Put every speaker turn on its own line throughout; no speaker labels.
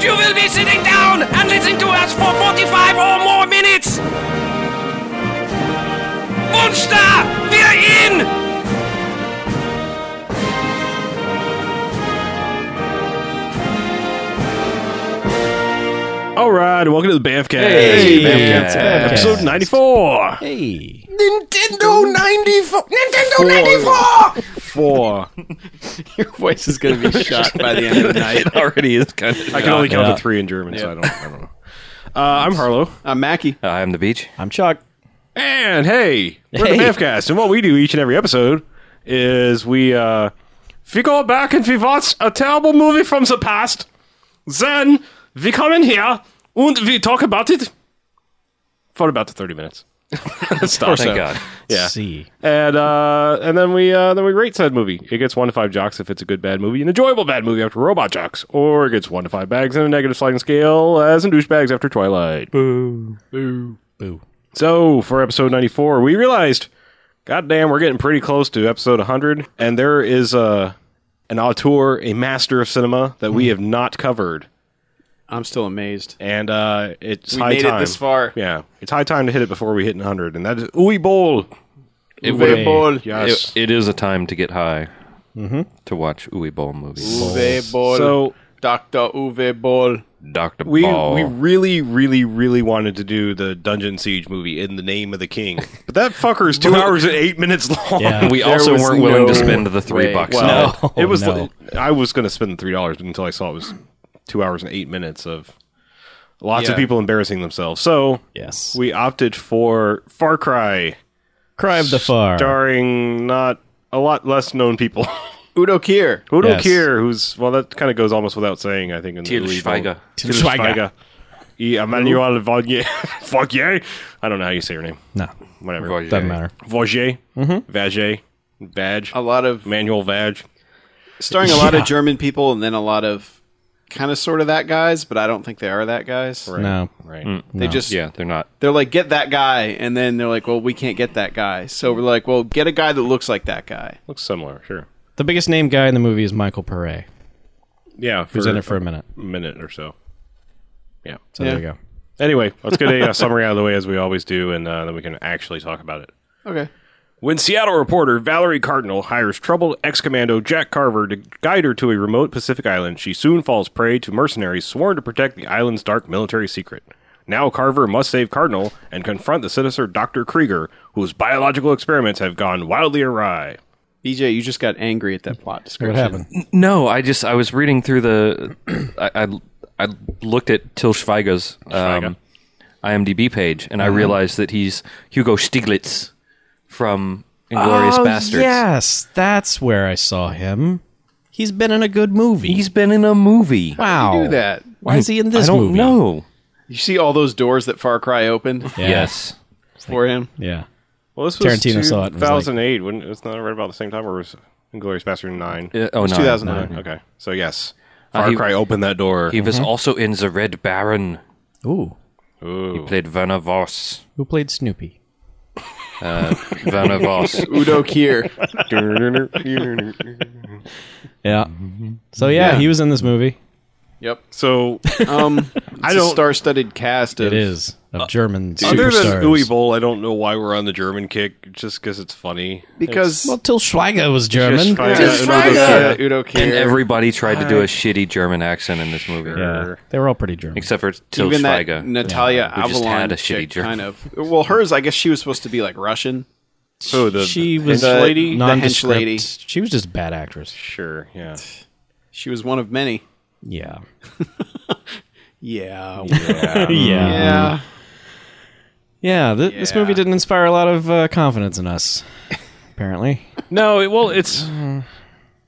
you will be sitting down and listening to us for 45 or more minutes! Monster! We're in!
All right, welcome to the BFK.
Hey,
BAMFcast.
BAMFcast.
Episode 94.
Hey.
Nintendo 94! Nintendo 94!
Four.
Your voice is going to be shot by the end of the night.
It already is kind of.
I can only count
Yeah.
to three in German, so I don't, I don't know. Uh, I'm Harlow.
I'm Mackie.
Uh, I'm the beach.
I'm Chuck.
And hey, we're
Hey.
the BAMFcast. And what we do each and every episode is we, uh, we go back and we watch a terrible movie from the past. Then we come in here and we talk about it for about 30 minutes. Stop.
Thank God.
Yeah.
See.
and uh, and then we uh, then we rate said movie. It gets one to five jocks if it's a good bad movie, an enjoyable bad movie after Robot Jocks, or it gets one to five bags and a negative sliding scale as in douchebags after Twilight. Boo, boo, boo. So for episode ninety four, we realized, goddamn, we're getting pretty close to episode hundred, and there is uh, an auteur, a master of cinema that we have not covered,
I'm still amazed.
and uh, it's
We
high
made
time.
it this far.
Yeah, it's high time to hit it before we hit hundred, and that is Uwe Boll.
It,
Uwe Boll.
Yes.
it- it is a time to get high
Mm-hmm.
to watch Uwe Boll movies.
Uwe Boll.
So
Dr. Uwe Boll.
Doctor
We
Boll.
we really really really wanted to do the Dungeon Siege movie in the name of the king, but that fucker is two hours and eight minutes long.
Yeah.
We
There
also
was
weren't willing
no
to spend the three
way.
bucks. on
Well,
it.
No,
it was.
no.
I was going to spend three dollars until I saw it was two hours and eight minutes of lots of
Yeah.
people embarrassing themselves. So
Yes.
we opted for Far Cry,
Cry of the Far.
starring not a lot less known people.
Udo Kier.
Udo
Yes.
Kier, who's well, that kind of goes almost without saying. I think in
Til
the lead
Schweiger.
role.
Til
Til
Schweiger.
Schweiger. E. Emmanuel Vaugier. Vaugier. I don't know how you say your name.
No,
Whatever.
Roger.
doesn't matter.
Vaugier. Vagé. Vag.
A lot of
Manuel Vag.
starring a lot of German people and then a lot of kind of sort of that guys, but I don't think they are that guys.
No.
Right.
They just
Yeah, they're not.
they're like get that guy and then they're like, "Well, we can't get that guy." So we're like, "Well, get a guy that looks like that guy."
Looks similar. Sure.
The biggest name guy in the movie is Michael Pere,
Yeah. For,
who's in it for a minute.
a minute or so. Yeah.
So there you go.
Anyway, let's get a uh, summary out of the way as we always do, and uh, then we can actually talk about it.
Okay.
When Seattle reporter Valerie Cardinal hires troubled ex commando Jack Carver to guide her to a remote Pacific island, she soon falls prey to mercenaries sworn to protect the island's dark military secret. Now Carver must save Cardinal and confront the sinister Dr. Krieger, whose biological experiments have gone wildly awry.
BJ, you just got angry at that plot description.
What happened?
No, I just I was reading through the. I I, I looked at Til Schweiger's um, IMDb page and I
Mm-hmm.
realized that he's Hugo Stieglitz from
Oh,
Inglorious Bastards.
yes, that's where I saw him. He's been in a good movie.
He's been in a movie.
wow.
Do that.
Why is he in this
I don't
movie?
know.
You see all those doors that Far Cry opened
Yeah.
Yes.
for him?
Yeah.
Well, this was
Tarantino saw it and was like-
2008, wasn't it? It's not right about the same time, or was Inglorious Bastard 9?
Uh, oh, no.
2009.
Okay, so yes.
Uh,
Far
he-
Cry opened that door.
He
Mm-hmm.
was also in The Red Baron,
Ooh.
Ooh.
played Werner Voss.
Who played Snoopy?
Werner Voss.
Udo Kier.
Yeah. Mm-hmm. So yeah,
Yeah.
he was in this movie.
yep.
so,
Um, I
don't-
don't star-studded cast. Of,
It is of German
Uh, other than
superstars.
Uwe Boll, I don't know why we're on the German kick, just because it's funny.
because
well, Till Schweiger was German.
Fine.
Just
Yeah, Udo
Udo, Kier,
Kier.
Udo Kier.
And everybody tried to do a shitty German accent in this movie.
Yeah, they were all pretty German.
Except for Til
even that
Schweiger.
Natalia
who
Avalon
just had a
chick,
shitty German.
kind of. Well, hers, I guess she was supposed to be like Russian.
So Oh, the
she was
hench lady?
lady,
The hench
nondescript.
lady.
She was just a bad actress.
Sure, yeah.
She was one of many.
Yeah.
Yeah.
yeah.
Yeah.
Yeah, th- this
Yeah.
movie didn't inspire a lot of uh, confidence in us, apparently.
No, it, well, it's.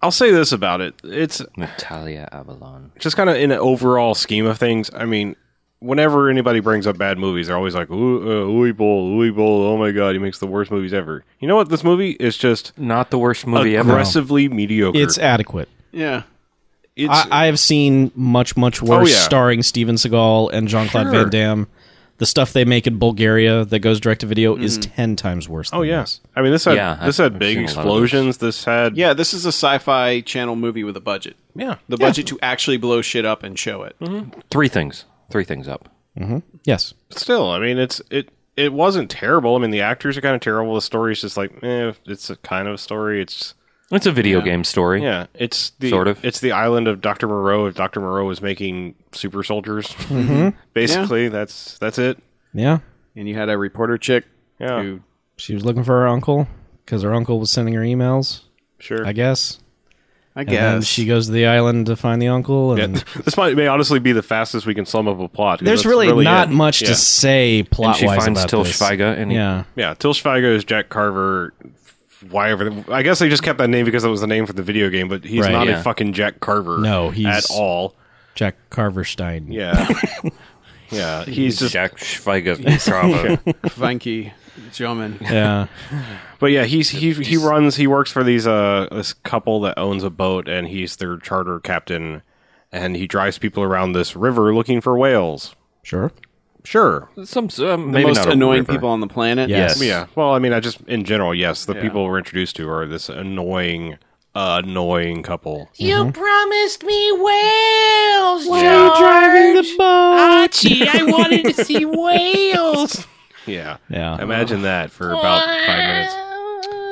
I'll say this about it. It's
Natalia Avalon.
just kind of in an overall scheme of things. I mean, whenever anybody brings up bad movies, they're always like, "Ooh, uh, Uwe Boll, Uwe Boll, oh my god, he makes the worst movies ever." You know what? This movie is just
Not the worst movie ever.
aggressively mediocre.
It's adequate.
Yeah.
it's
I, I have seen much, much worse
Oh, yeah.
starring Steven Seagal and Jean Claude
Sure.
Van Damme the stuff they make in Bulgaria that goes direct to video is ten times worse. Than
Mm-hmm. Oh yeah,
this.
I mean this had
Yeah, I've-
this had
I've
big
seen a lot of those.
explosions. This had
Yeah, this is a sci-fi channel movie with a budget.
yeah.
The budget to actually blow shit up and show it.
Three things. Three things up.
yes.
Still, I mean it's it it wasn't terrible. I mean the actors are kind of terrible. The story's just like eh, it's a kind of a story. It's
It's a video game story.
yeah, it's the
Sort of.
it's the island of Doctor Moreau. If Doctor Moreau was making super soldiers,
Mm-hmm.
basically that's that's it.
Yeah.
And you had a reporter chick
Yeah.
who
She was looking for her uncle because her uncle was sending her emails.
Sure.
I guess.
I
And then
guess
she goes to the island to find the uncle. And
this might may honestly be the fastest we can sum up a plot. 'cause
there's
that's
really, not
it.
much
Yeah.
to say plot
And she
wise
finds
about
Til
this.
Schweiger and he-
yeah.
Yeah, Til Schweiger is Jack Carver. Why ever? I guess they just kept that name because that was the name for the video game, but he's
Right,
not
yeah.
a fucking Jack Carver.
No, he's-
at all.
Jack Carverstein.
Yeah, yeah, he's just.
Jack Schweiger.
Vanky German.
Yeah.
But yeah, he's he he runs. He works for these uh this couple that owns a boat, and he's their charter captain, and he drives people around this river looking for whales.
sure.
Sure.
Some um,
The
maybe
most
not a
annoying
river.
people on the planet.
Yes.
Yeah. Well, I mean, I just in general, yes, the people we're introduced to are this annoying, annoying couple.
You promised me whales, George. Driving the Archie, I wanted to see whales.
Yeah.
Yeah.
Imagine that for about five minutes.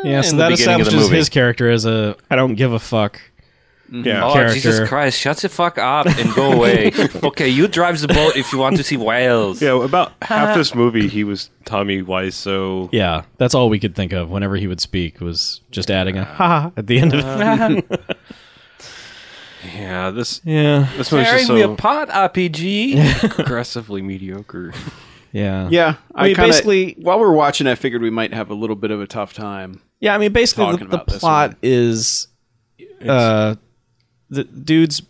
Yeah, so
in the beginning
that
of the
establishes
movie.
his character as a I don't give a fuck.
Yeah.
Oh
character.
Jesus Christ! Shut the fuck up and go away. okay, you drive the boat if you want to see whales.
Yeah, about half this movie, he was Tommy Wiseau.
Yeah, that's all we could think of whenever he would speak was just adding a ha at the end of
Yeah, this
Yeah.
this movie's just so
apart, RPG.
aggressively mediocre.
Yeah.
Yeah, I,
mean,
kinda-
basically-
while we're watching, I figured we might have a little bit of a tough time.
Yeah, I mean basically the,
Talking
the
about this
plot
one.
is uh the dude's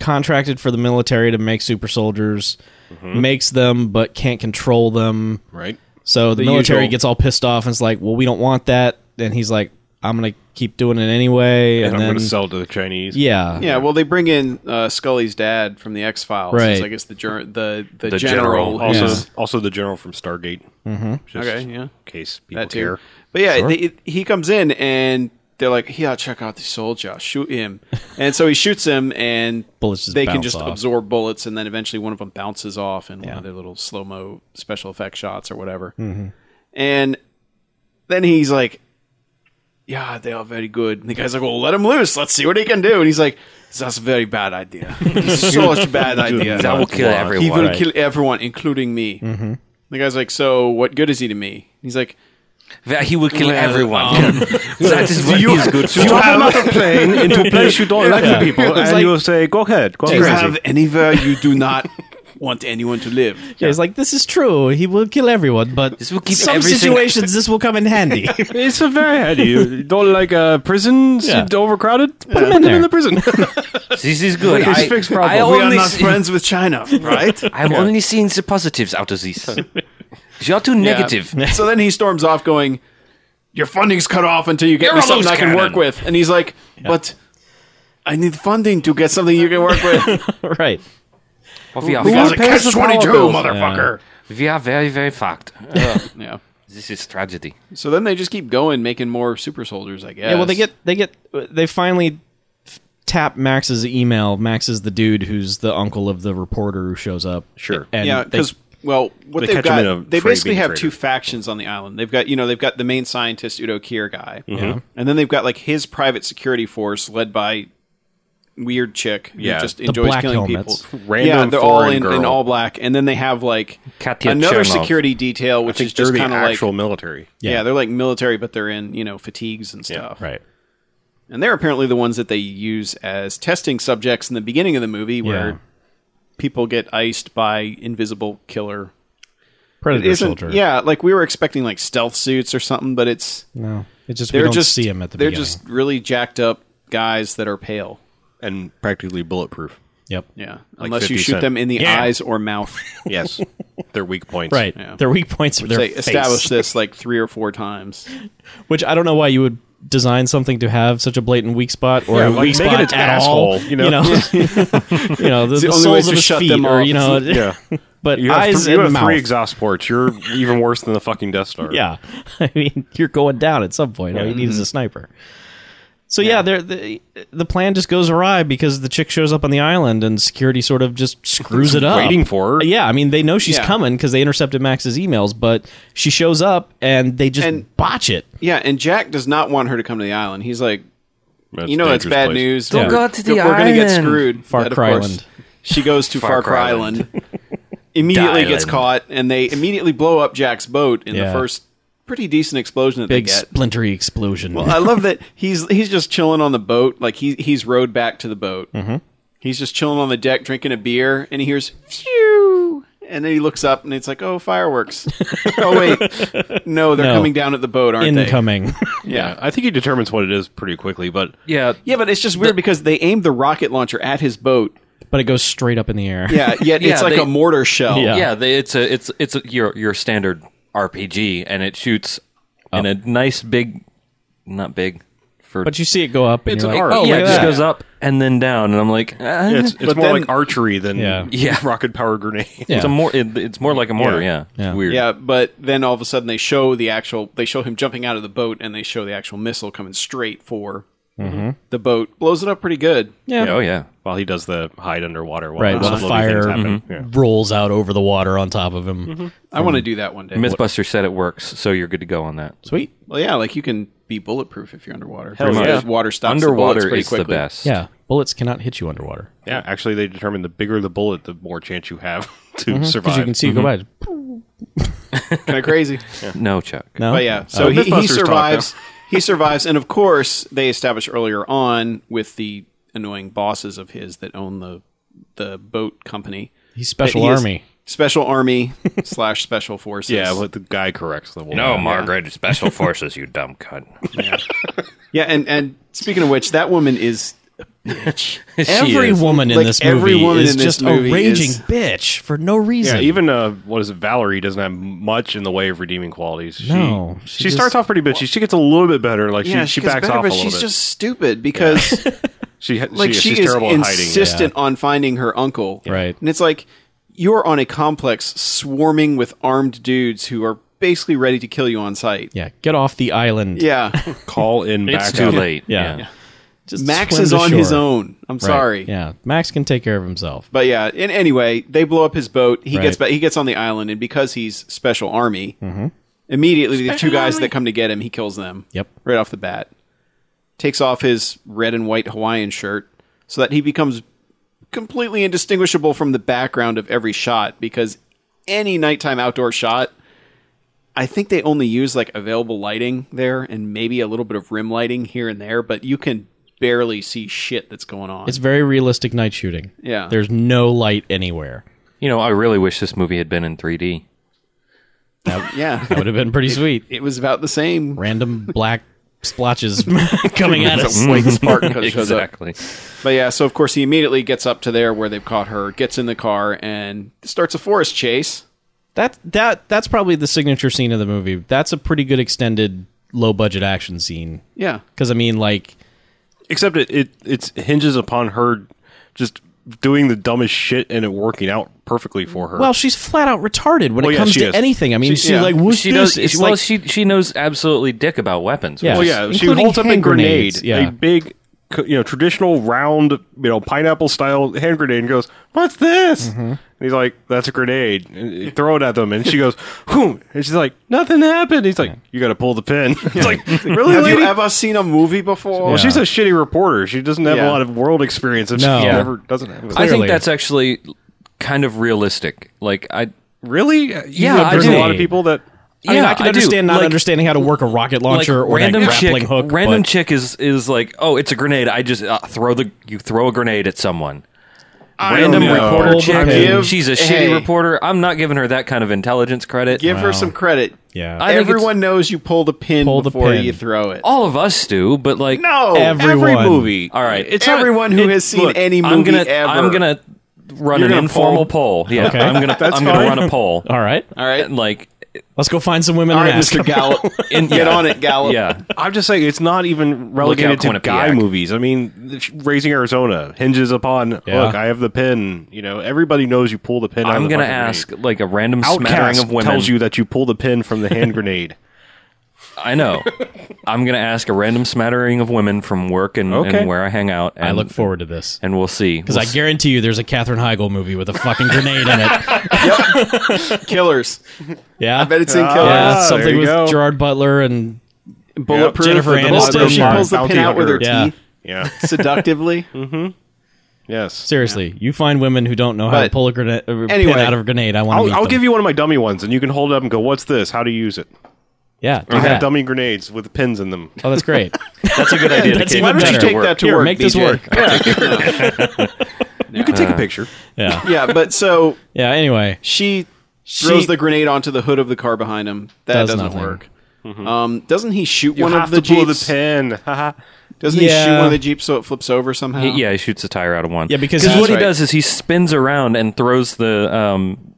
contracted for the military to make super soldiers, makes them but can't control them.
Right.
So the, military
usual.
gets all pissed off and is like, "Well, we don't want that." And he's like, "I'm going to keep doing it anyway."
And
And,
I'm
then
going to sell it to the Chinese.
yeah.
Yeah, well, they bring in uh, Scully's dad from the X Files.
Right.
I guess the ger- the, the
The
general,
general.
Also,
is-
also the general from Stargate. Mm-hmm. Just
Okay, yeah.
In case people
that too.
care.
But yeah, they, he comes in and they're like, "Yeah, check out the soldier, shoot him." and so he shoots him, and
Bullets just
they can
bounce
just
off.
absorb bullets, and then eventually one of them bounces off in one of their little slow mo special effect shots or whatever.
Mm-hmm.
And then he's like, "Yeah, they are very good." And the guy's like, "Well, let him loose. Let's see what he can do." And he's like, "That's a very bad idea. Such bad idea.
That will kill everyone.
He will kill everyone, including me."
Mm-hmm.
The guy's like, "So what good is he to me?" And he's like.
That he will kill everyone. that is what he's good for.
another plane into a place you don't like the people, and you say, "Go ahead, go
Do you
ahead."
have anywhere you do not want anyone to live?
Yeah, he's like, this is true. He will kill everyone, but
This will keep
some
everything-
situations this will come in handy.
It's a very handy. You don't like uh, prisons
Yeah.
overcrowded? Put them
in
in,
there.
the prison.
This is good.
It's
I,
fixed problem.
I
We
We
only
are not
see-
friends with China, right?
I'm only seeing the positives out of this. You're too negative.
Yeah. So then he storms off, going, "Your funding's cut off until you get
You're
me
a
something
loose
I can work
cannon."
with." And he's like, "But I need funding to get something you can work with."
right.
We are,
The guy's like,
pays
"Catch
the power
twenty-two,
bills?"
motherfucker."
we are very, very fucked. Uh,
Yeah.
this is tragedy.
So then they just keep going, making more super soldiers. I guess.
Yeah, well, they get, they get, they finally f- tap Max's email. Max is the dude who's the uncle of the reporter who shows up.
Sure.
And
yeah,
they-
because well, what
they
they have
catch 'em
got,
in a
they
trade
basically
being
have
traded.
two factions on the island. They've got you know they've got the main scientist Udo Kier guy,
Mm-hmm.
and then they've got like his private security force led by weird chick who
Yeah,
just
the
enjoys
black
killing
helmets.
people.
Random
yeah, they're all
foreign
in, in
girl.
all black, and then they have like
Katya
another
Chermov.
security detail,
I
which
think
is just
they're
kind
the
of like
actual military.
Yeah.
yeah. they're like military, but they're in you know fatigues and stuff.
right.
And they're apparently the ones that they use as testing subjects in the beginning of the movie, where
Yeah.
people get iced by invisible killer
Predator
isn't-
soldier.
Yeah, like we were expecting like stealth suits or something, but it's
No. It just, we
they're
don't
just
see him at the
they're
beginning.
just really jacked up guys that are pale.
and practically bulletproof.
Yep.
Yeah, unless you
50
shoot
Cent.
them in the
Yeah.
eyes or mouth.
Yes, their weak points.
Right.
Yeah.
Their weak points are their
they
face,
establish this like three or four times.
which I don't know why you would design something to have such a blatant weak spot or
Yeah,
a
like,
weak
make
spot
it its
at
asshole,
all.
you know?
you know, You know, the,
the
the
only way
soles
to
of his
shut
feet,
them
or
off.
you know,
Yeah.
but
You have,
eyes
three, you
and
have
mouth.
three exhaust ports. You're even worse than the fucking Death Star.
yeah, I mean, you're going down at some point. All you need is a sniper. So yeah, there the the plan just goes awry because the chick shows up on the island and security sort of just screws it up.
Waiting for her.
Yeah, I mean they know she's
Yeah.
coming because they intercepted Max's emails, but she shows up and they just
And-
botch it.
Yeah, and Jack does not want her to come to the island. He's like,
That's
you know, that's
dangerous
bad
place.
news.
Don't
We're-
go to the
we're gonna get
island.
screwed.
Far
But of
Cry
course,
Island.
She goes to Far,
Far
Cry
Cry
Island. immediately gets caught, and they immediately blow up Jack's boat in the
Yeah.
first pretty decent explosion that
Big
they get.
splintery explosion.
I love that he's he's just chilling on the boat. Like he he's rowed back to the boat. Mm-hmm. He's just chilling on the deck, drinking a beer, and he hears phew. And then he looks up, and it's like, oh, fireworks! oh wait, no, they're
No.
coming down at the boat, aren't
Incoming.
they? Yeah.
Yeah, I think he determines what it is pretty quickly, but
Yeah,
Yeah, but it's just weird because they aimed the rocket launcher at his boat.
but it goes straight up in the air.
Yeah, yet
Yeah,
it's like
they-
a mortar shell.
Yeah.
yeah. They, it's a it's it's a, your your standard RPG, and it shoots in a nice big, not big, for
But you see it go up and
It's
you're
an
like,
arc.
oh,
oh
look
yeah,
at
it just
that.
goes up and then down, and I'm like, ah,
it's, it's
But
more
then-
like archery than
Yeah.
Yeah.
rocket power grenade.
Yeah.
it's a more it, it's more like a mortar.
Yeah.
Yeah,
Yeah.
It's weird.
Yeah, but then all of a sudden they show the actual they show him jumping out of the boat and they show the actual missile coming straight for the boat. Blows it up pretty good.
Yeah.
Oh yeah.
While he does the hide underwater, while
Right, while the
exploding things
fire
happen. Yeah.
rolls out over the water on top of him.
I want to do that one day.
Mythbuster said it works, so you're good to go on that.
Sweet.
well, yeah, like you can be bulletproof if you're underwater.
Hell
Pretty
yeah.
much. Water stops the bullets
Underwater
pretty
is
quickly.
the best.
Yeah. Bullets cannot hit you underwater
Yeah, actually, they determine the bigger the bullet, the more chance you have to
because
survive.
you can see it go by.
Mm-hmm. kind of crazy.
No, Chuck.
No.
But yeah, so he, he
Uh, Mythbusters talk
survives. he survives, and of course, they established earlier on with the annoying bosses of his that own the the boat company,
He's special
He is
army.
special army slash special forces.
yeah, but the guy corrects the woman.
Margaret, special forces, you dumb cunt.
yeah, and and speaking of which, that woman is
Every woman in
Like,
this movie
every woman
is
in this
just
movie
a raging
is-
bitch for no
Yeah,
reason.
even uh, what is it? Valerie doesn't have much in the way of redeeming qualities. She,
No,
she,
she just-
starts off pretty bitchy. She gets a little bit better. Like
yeah,
she, she
gets
backs
better,
off a
but
little
she's
bit.
just stupid because
she, ha- she-
like she
she's
is
terrible at hiding. yeah.
insistent on finding her uncle,
Right.
And it's like you're on a complex swarming with armed dudes who are basically ready to kill you on sight.
yeah. Get off the island.
Yeah.
Call in back
It's too
up.
late.
Yeah. Just
Max
swim
is
to
on his
shore.
own. I'm
Right.
sorry.
Yeah. Max can take care of himself.
But yeah, in anyway, they blow up his boat. He gets
Right. Mm-hmm.
back, he gets on the island and because he's special army, immediately the two guys that come to get him, he kills them.
Yep.
Right off the bat. Takes off his red and white Hawaiian shirt so that he becomes completely indistinguishable from the background of every shot because any nighttime outdoor shot I think they only use like available lighting there and maybe a little bit of rim lighting here and there, but you can barely see shit that's going on.
It's very realistic night shooting.
Yeah.
There's no light anywhere.
You know, I really wish this movie had been in 3D.
yeah.
That would have been pretty sweet.
it was about the same.
Random black splotches coming at us.
It's a white spark that shows up.
Exactly.
But yeah, so of course he immediately gets up to there where they've caught her, gets in the car, and starts a forest chase.
That that that's probably the signature scene of the movie. That's a pretty good extended low budget action scene.
Yeah.
Because I mean, like,
Except it, it it hinges upon her just doing the dumbest shit and it working out perfectly for her.
well, she's flat out retarded when
Well,
it
yeah,
comes
she
to
is.
anything. I mean, she,
yeah.
like whoosh
She
this,
knows.
It's
well,
like
she she knows absolutely dick about weapons.
Yeah.
Well,
which-
yeah, she
Including
holds up a
hand
grenade,
grenades, yeah.
a big, c- you know, traditional round, you know, pineapple style hand grenade, and goes, "What's this?" And he's like, "That's a grenade." And you throw it at them, and she goes, "Whoom!" And she's like, "Nothing happened." He's like, "You got to pull the pin." it's like, really,
Have
lady?
you ever seen a movie before?
Well, she's a shitty reporter. She doesn't have
Yeah.
a lot of world experience, and
No.
she
Yeah.
never doesn't have.
I think
Clearly.
that's actually kind of realistic. Like I,
really, Uh, yeah,
Yeah, I
there's a
do.
lot of people that.
I mean,
yeah,
I can
do.
understand not
Like-
understanding how to work a rocket launcher or a grappling
chick,
hook.
Random
but
chick is is like, oh, it's a grenade. I just uh, throw the you throw a grenade at someone.
don't
Random
know.
reporter
Hold
chick.
my
hand.
She's a
Hey.
shitty reporter. I'm not giving her that kind of intelligence credit.
Give her some credit.
Yeah.
I think
Everyone knows you pull the pin
Pull the
before
pin.
you throw it.
All of us do, but like,
no, every
Everyone.
movie.
All right,
It's everyone who has seen
look,
any movie
I'm gonna,
ever.
I'm gonna run
You're
an
gonna
informal poll. Yeah, I'm gonna I'm gonna run a poll.
all right,
All right.
And, like
Let's go find some women
All
and
right,
ask.
Mr. Gallup, and get on it, Gallup.
yeah.
I'm just saying it's not even relegated to
Quinnipiac.
guy movies. I mean, the- Raising Arizona hinges upon
Yeah.
look. I have the pin. You know, everybody knows you pull the pin. out of
I'm
the
gonna
fucking
ask
grenade.
like a random smattering
Outcast
of women.
tells you that you pull the pin from the hand grenade.
I know. I'm gonna ask a random smattering of women from work and, and
Okay.
where I hang out. And,
I look forward to this.
and we'll see.
Because I guarantee you there's a Katherine Heigl movie with a fucking grenade in it.
Killers.
Yeah.
I bet it's in
yeah,
Killers.
there
something
you
with
go.
Gerard Butler and
Bulletproof.
Jennifer
with the
Aniston.
bulletproof. She
Yeah.
pulls the
Bounty
pin out with her
hunter.
Yeah.
teeth
Yeah.
seductively.
yes.
seriously, you find women who don't know how to
But-
pull a grenade uh,
anyway,
pin out of a grenade. I want to
I'll,
meet
I'll
them.
give you one of my dummy ones, and you can hold it up and go, "What's this? How do you use it?"
yeah, do
I have
that.
dummy grenades with pins in them.
Oh, that's great.
That's a good idea.
That's
to
even
keep
better.
it
Take
to work.
that to
Here,
work.
make this
BJ.
work. Uh,
You can take a picture.
Yeah,
yeah, but so
yeah. Anyway,
she
she
throws the grenade onto the hood of the car behind him. That
Does
doesn't
nothing.
work. Um, doesn't he shoot
Mm-hmm. You
one
have
of the
to pull
jeeps?
the pin. Haha.
doesn't he shoot
Yeah.
one of the jeeps so it flips over somehow?
He- yeah, he shoots a tire out of one.
Yeah, because
what he
That's right.
does is he spins around and throws the um,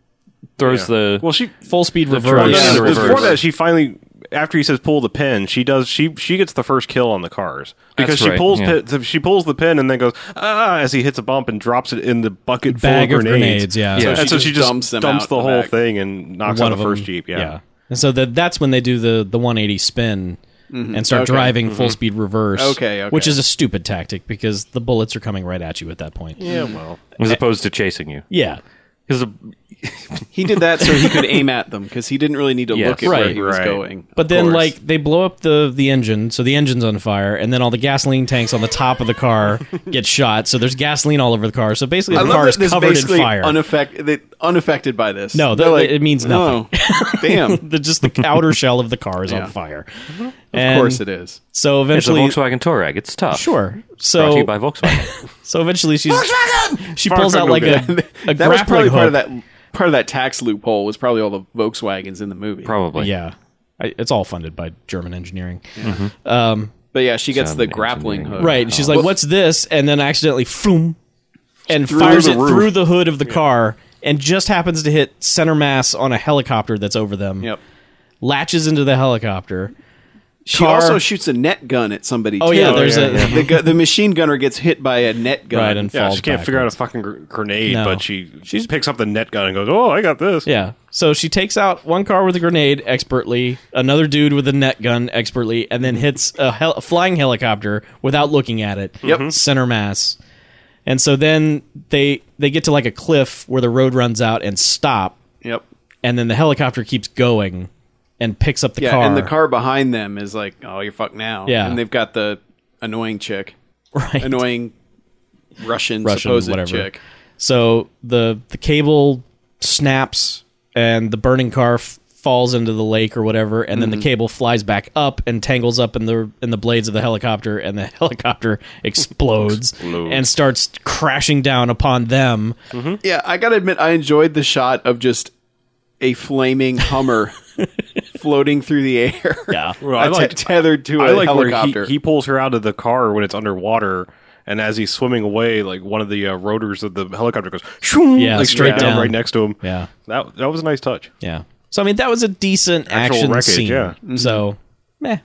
throws the
well, she
full speed
Oh,
Well,
reverse.
no,
yeah,
no,
the
no, Before
reverse.
that, she finally, after he says pull the pin, she does. She she gets the first kill on the cars because
That's
she
right,
pulls
yeah.
pin, she pulls the pin and then goes ah as he hits a bump and drops it in the bucket
Bag
full
of
of grenades.
grenades, yeah.
Yeah.
and so she just dumps,
them out
the
the
whole
back.
thing and knocks
One
out
of
the first
them.
jeep. Yeah.
and so that that's when they do the the 180 spin and start
Mm-hmm. Okay.
driving full speed reverse.
Okay, okay.
which is a stupid tactic because the bullets are coming right at you at that point. Yeah,
well,
as opposed to chasing you.
yeah.
Because
He did that so he could aim at them because he didn't really need to
Yes.
look at where
Right,
he was
right.
going.
But
of
then,
course.
like, they blow up the the engine, so the engine's on fire, and then all the gasoline tanks on the top of the car get shot. So there's gasoline all over the car. So basically,
I
the
love
car
that
is
this
covered in
basically
fire.
unaffect- they- unaffected by this.
No,
They're
that- it means nothing.
No, damn.
the, just the outer shell of the car is
Yeah.
on fire. Of
of course it is.
So
it's a
eventually,
Volkswagen Touareg. It's tough.
sure.
Brought to
So
you by Volkswagen.
so eventually she's she pulls
Volkswagen
out like a, a
that was
grappling
probably
hook.
part of that part of that tax loophole was probably all the Volkswagens in the movie.
Probably.
Yeah, I, it's all funded by German engineering.
But yeah, she gets
Some
the grappling
engineering.
hook.
Right. And she's like, "What's this?" And then accidentally, floom, and
Through
fires
the
it
roof.
through the hood of the car, and just happens to hit center mass on a helicopter that's over them.
Yep.
Latches into the helicopter.
She
Car-
also shoots a net gun at somebody.
Oh,
too.
yeah, there's a-
the, gu- the machine gunner gets hit by a net gun.
Right, and
Yeah,
falls
she can't figure out a
backwards.
fucking gr- grenade,
No.
but she she picks up the net gun and goes, "Oh, I got this."
Yeah. So she takes out one car with a grenade expertly, another dude with a net gun expertly, and then hits a, hel- a flying helicopter without looking at it. Mm-hmm.
Yep.
Center mass. And so then they they get to like a cliff where the road runs out and stop,
yep.
and then the helicopter keeps going and picks up the
Yeah,
car.
and the car behind them is like, oh, you're fucked now.
Yeah.
and they've got the annoying chick,
right.
annoying Russian,
Russian,
supposed
whatever.
chick.
So the the cable snaps and the burning car f- falls into the lake or whatever, and
Mm-hmm.
then the cable flies back up and tangles up in the in the blades of the helicopter, and the helicopter explodes, and starts crashing down upon them.
Yeah, I gotta admit, I enjoyed the shot of just a flaming Hummer floating through the air.
Yeah.
Well, I
Att-
liked-
tethered to a
I like
helicopter.
where he, he pulls her out of the car when it's underwater, and as he's swimming away, like one of the uh, rotors of the helicopter goes, shoo,
Yeah,
like straight
straight
down
down.
right next to him.
Yeah.
that that was a nice touch.
Yeah. So I mean, that was a decent
Actual
action
wreckage,
scene.
yeah.
Mm-hmm.
So, meh.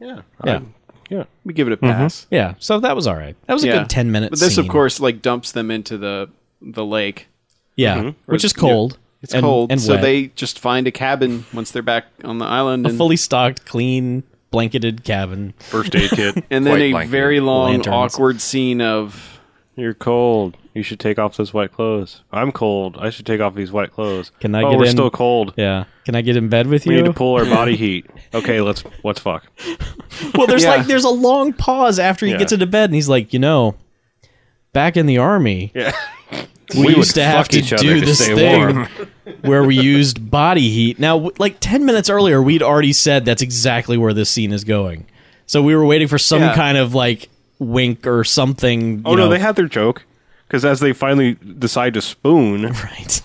Yeah,
Yeah.
yeah.
we give it a pass.
Yeah. So that was all right. That was Mm-hmm. a good ten minutes.
But this, of course, like dumps them into the the lake.
yeah, which is cold.
mm-hmm. It's
and-
cold,
and
so
wet.
they just find a cabin once they're back on the island, and,
fully stocked, clean, blanketed cabin.
First aid kit.
and then
white
a
blanket,
very long,
lanterns.
awkward scene of
You're cold. You should take off those white clothes. I'm cold. I should take off these white clothes.
Can I
oh,
get
we're
in?
still cold.
Yeah. Can I get in bed with
We
you?
need to pull our body heat. Okay, let's let's fuck.
well, there's
Yeah.
like there's a long pause after he
Yeah.
gets into bed, and he's like, you know, back in the army,
Yeah.
we, used to have
fuck
to
each other
do
to
this
stay
thing
warm."
where we used body heat. Now, w- like ten minutes earlier, we'd already said that's exactly where this scene is going. So we were waiting for some
Yeah.
kind of like wink or something.
Oh
you
no,
know.
they had their joke. Because as they finally decide to spoon,
right.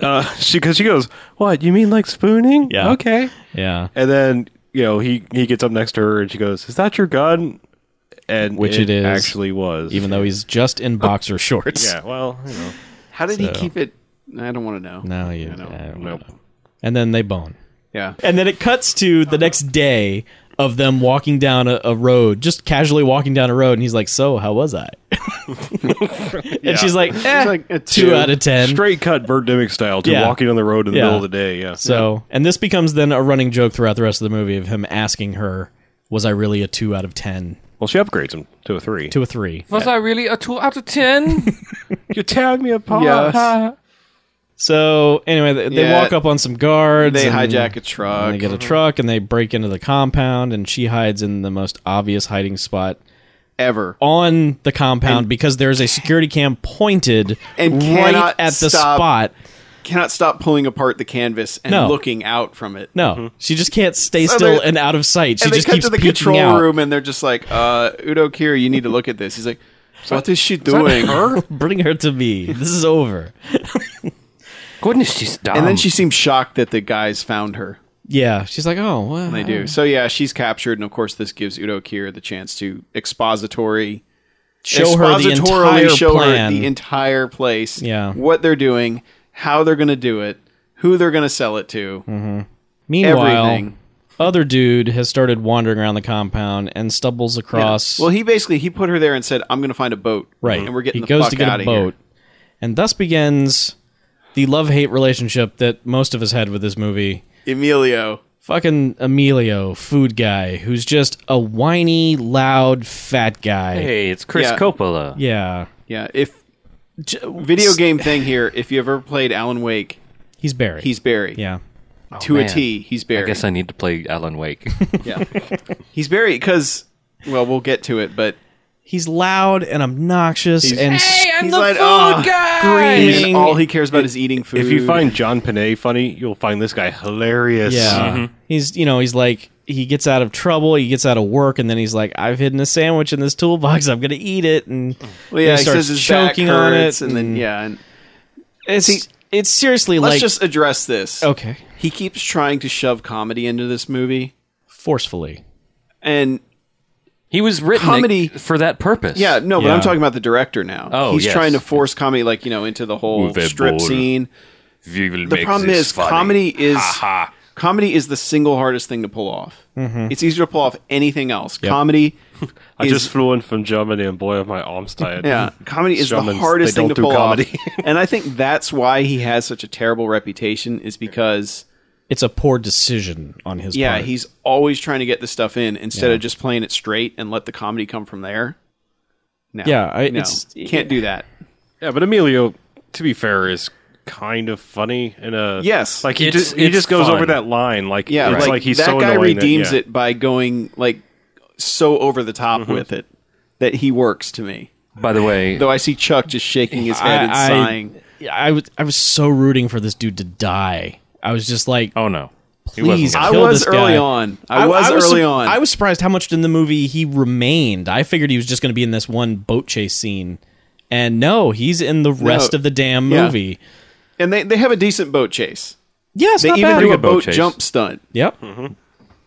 uh, she because she goes, "What you mean like spooning?
Yeah.
okay."
Yeah.
And then you know he he gets up next to her and she goes, "Is that your gun?" And
Which it is.
actually was.
Even though he's just in boxer shorts.
yeah, well, you know,
how did he keep it? I don't want to know.
Now you.
I know.
I don't Eh.
nope.
know. and then they bone.
Yeah.
And then it cuts to the next day of them walking down a, a road, just casually walking down a road, and he's like, "So, how was I?" and she's like, eh,
like a
two,
two."
out of ten."
Straight cut Bird Dimmick style to
Yeah.
walking on the road in the
Yeah.
middle of the day. Yeah.
So, and this becomes then a running joke throughout the rest of the movie of him asking her, "Was I really a two out of ten
Well, she upgrades him to a three.
to a three?
Was I really a two out of ten?
You tag me apart.
Yes.
So anyway, they, they
Yeah.
walk up on some guards.
They
and-
hijack a
and
truck.
they get a truck and they break into the compound, and she hides in the most obvious hiding spot
ever.
on the compound because there's a security cam pointed
And
right
cannot
at the
stop.
spot.
Cannot stop pulling apart the canvas and
No.
looking out from it.
No, she just can't stay
So
still
Mm-hmm. they-
and out of sight. She
and they
just
cut
keeps
to the
peeking
control
out.
room and they're just like, uh, Udo Kier, you need to look at this. He's like, what is she doing?
Bring her to me. This is over.
Goodness, she's dumb.
Um,
And then she seems shocked that the guys found her.
Yeah, she's like, oh, well,
They do. So yeah, she's captured, and of course, this gives Udo Kier the chance to expository
show her the
expositorily
entire
show
plan.
her the entire place,
Yeah.
what they're doing, how they're going to do it, who they're going to sell it to,
Meanwhile,
everything.
other dude has started wandering around the compound and stumbles across.
Well, he basically he put her there and said, "I'm going to find a boat."
right,
and we're getting
he
the
goes
fuck
to get
out
a
of
boat, and thus begins the love-hate relationship that most of us had with this movie.
here. Emilio,
Fucking Emilio, food guy, who's just a whiny, loud, fat guy.
hey, it's Chris
Yeah.
Coppola.
Yeah,
yeah. If video game thing here, if you ever played Alan Wake,
he's Barry.
he's Barry.
yeah.
to a
Oh, man.
T, he's Barry.
I guess I need to play Alan Wake.
yeah, he's Barry because well, we'll get to it, but
He's loud and obnoxious and
he's like,
"Ah,
oh,
screaming.
and all he cares about is eating food.
If you find John Panay funny, you'll find this guy hilarious. Uh-huh.
Yeah.
Mm-hmm.
He's, you know, he's like, he gets out of trouble, he gets out of work, and then he's like, I've hidden a sandwich in this toolbox, I'm going to eat it. And
Mm. Well, yeah,
he
he,
starts
says his
choking
back
on
hurts,
it,
and then
and-
yeah. And
it's,
See,
it's seriously
let's
like,
just address this.
okay,
He keeps trying to shove comedy into this movie,
forcefully.
and
He was written
Comedy-
for that purpose.
yeah, no, but
Yeah.
I'm talking about the director now.
Oh,
he's
yes.
trying to force comedy, like you know, into the whole
Uwe
strip
Boll.
scene.
We will
The
make
problem
this
is,
funny.
comedy is comedy is the single hardest thing to pull off. It's easier to pull off anything else. Comedy,
I
is-
just flew in from Germany and boy, are my arms tired.
Yeah, comedy is the
Mm-hmm. Shamans,
hardest
they
thing
don't
to
do
pull
comedy.
off, and I think that's why he has such a terrible reputation. Is because
It's a poor decision on his
yeah,
part.
he's always trying to get the stuff in instead of just playing it straight and let the comedy come from there. No,
Yeah, I-
no,
it's-
can't do that.
Yeah, but Emilio, to be fair, is kind of funny in a
Yes.
Like he
It's-
just he
it's
just goes
fun.
over that line. Like
Yeah,
it's
like,
like, he's
that
so
guy
annoying that-
redeems
yeah.
it by going like so over the top with it that he works to me.
By the way,
Though I see Chuck just shaking his head and
I- I-
sighing.
Yeah, I was, I was so rooting for this dude to die. I was just like,
oh no, He wasn't
please,
gonna-
I
kill
was
this
early
guy.
on. I, was early
su-
on.
I was surprised how much in the movie he remained. I figured he was just going to be in this one boat chase scene. And no, he's in the rest of the damn
Yeah.
movie.
and they, they have a decent boat chase.
Yes,
They
not
even
bad.
do a
good boat
boat
chase.
jump stunt.
Yep.
Mm-hmm.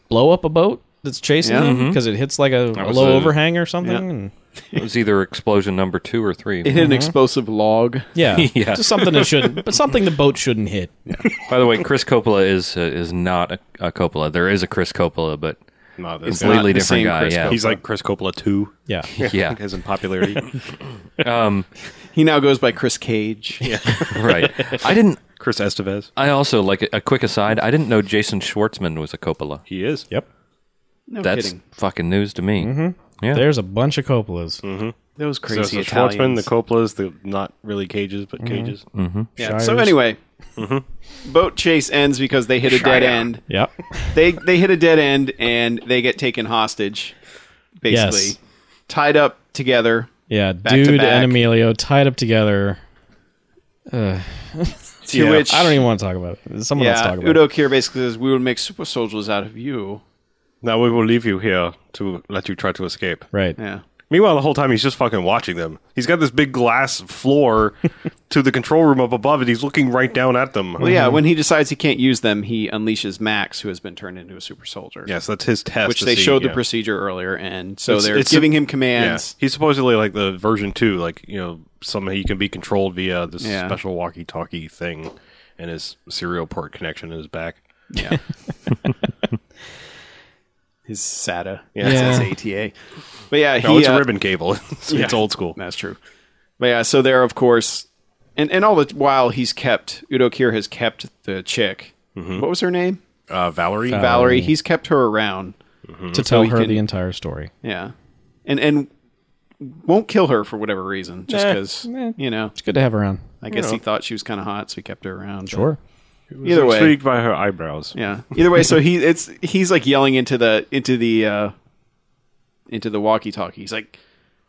Blow up a boat that's chasing
Yeah.
them because it hits like a, a
was
low
a-
overhang or something. and-
it was either explosion number two or three.
It hit an explosive log.
Yeah.
Yeah.
Just something it shouldn't, but something the boat shouldn't hit.
By the way, Chris Coppola is uh, is not a, a Coppola. There is a Chris Coppola, but
No, this guy.
completely
the
different
same
guy.
Chris
yeah,
He's like Chris Coppola too.
Yeah.
yeah,
As in popularity.
Um,
He now goes by Chris Cage.
right. I didn't.
Chris Estevez.
I also like a quick aside. I didn't know Jason Schwartzman was a Coppola.
He is.
Yep.
No
That's
kidding. Mm-hmm.
fucking news to me. Yeah.
There's a bunch of Coppolas.
Mm-hmm.
Those
So it's
crazy
the Schwartzman,
Italians.
the Coppolas, the not really cages, but cages.
Yeah. So anyway, boat chase ends because they hit a dead end.
Yep.
They they hit a dead end and they get taken hostage, basically
Yes.
tied up together.
Yeah.
to
dude
back.
and Emilio tied up together.
To
Yeah.
which
I don't even want to talk about it. Someone else
yeah,
talk about
Udo
it.
Kier basically says we will make super soldiers out of you.
Now we will leave you here to let you try to escape.
Right.
Yeah.
Meanwhile, the whole time he's just fucking watching them. He's got this big glass floor to the control room up above, and he's looking right down at them.
Well, yeah. When he decides he can't use them, he unleashes Max, who has been turned into a super soldier.
Yes, that's his test.
Which
to
they
see,
showed the
yeah.
procedure earlier, and so
It's-
they're
it's a-
giving him
Yeah.
commands.
He's supposedly like the version two, like you know, somehow he can be controlled via this
Yeah.
special walkie-talkie thing, and his serial port connection in his back.
Yeah. His SATA.
Yeah.
It's his ATA. But yeah, he,
No, it's
uh,
a ribbon cable. it's, it's
Yeah.
old school.
That's true. But yeah, so there, of course, and, and all the while he's kept, Udo Kier has kept the chick.
Mm-hmm.
What was her name?
Uh, Valerie.
Valerie. He's kept her around.
to tell
he
her
can-
the entire story.
Yeah. And, and won't kill her for whatever reason, just because, you know,
It's good to have her on.
I guess he thought she was kind of hot, so he kept her around. but-
Sure.
Either way.
intrigued by her eyebrows.
Yeah. Either way, so he it's he's like yelling into the into the uh into the walkie-talkie. He's like,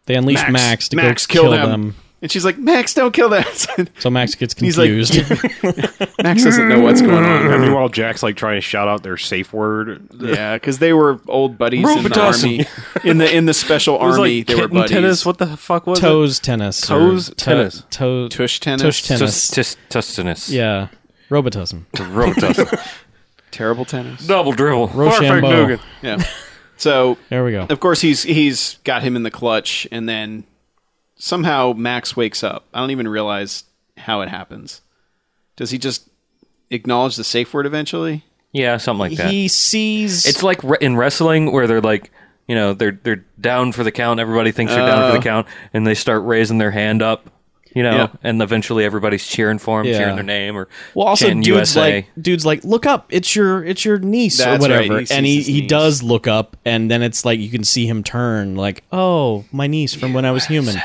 They unleash Max, to
Max,
go kill, them.
And she's like, Max, don't kill them.
So Max gets
He's like-
confused.
Max doesn't know what's going on.
And meanwhile, Jack's like trying to shout out their safe word.
Yeah, because they were old buddies in the
Robitussin.
army. In the in the special army, they were buddies.
tennis. What the fuck was
toes tennis. or
Toes tennis.
Toe,
Tush tennis.
Tush tennis.
Tustinus.
yeah. Robotism.
Robitussin.
Terrible tennis.
Double dribble.
Rochambeau.
Yeah. So
There we go.
of course he's he's got him in the clutch, and then somehow Max wakes up. I don't even realize how it happens. Does he just acknowledge the safe word eventually?
Yeah, something like that.
He sees.
It's like re- in wrestling where they're like, you know, they're they're down for the count. Everybody thinks they're down for
Uh.
the count, and they start raising their hand up, you know,
Yeah.
and eventually everybody's cheering for him,
Yeah.
cheering their name, or
well, also
chanting
dude's
USA.
like dude's like, look up. It's your it's your niece or
That's right,
whatever.
he sees
and he
his
he
niece.
does look up, and then it's like you can see him turn, like, oh, my niece from when I was human.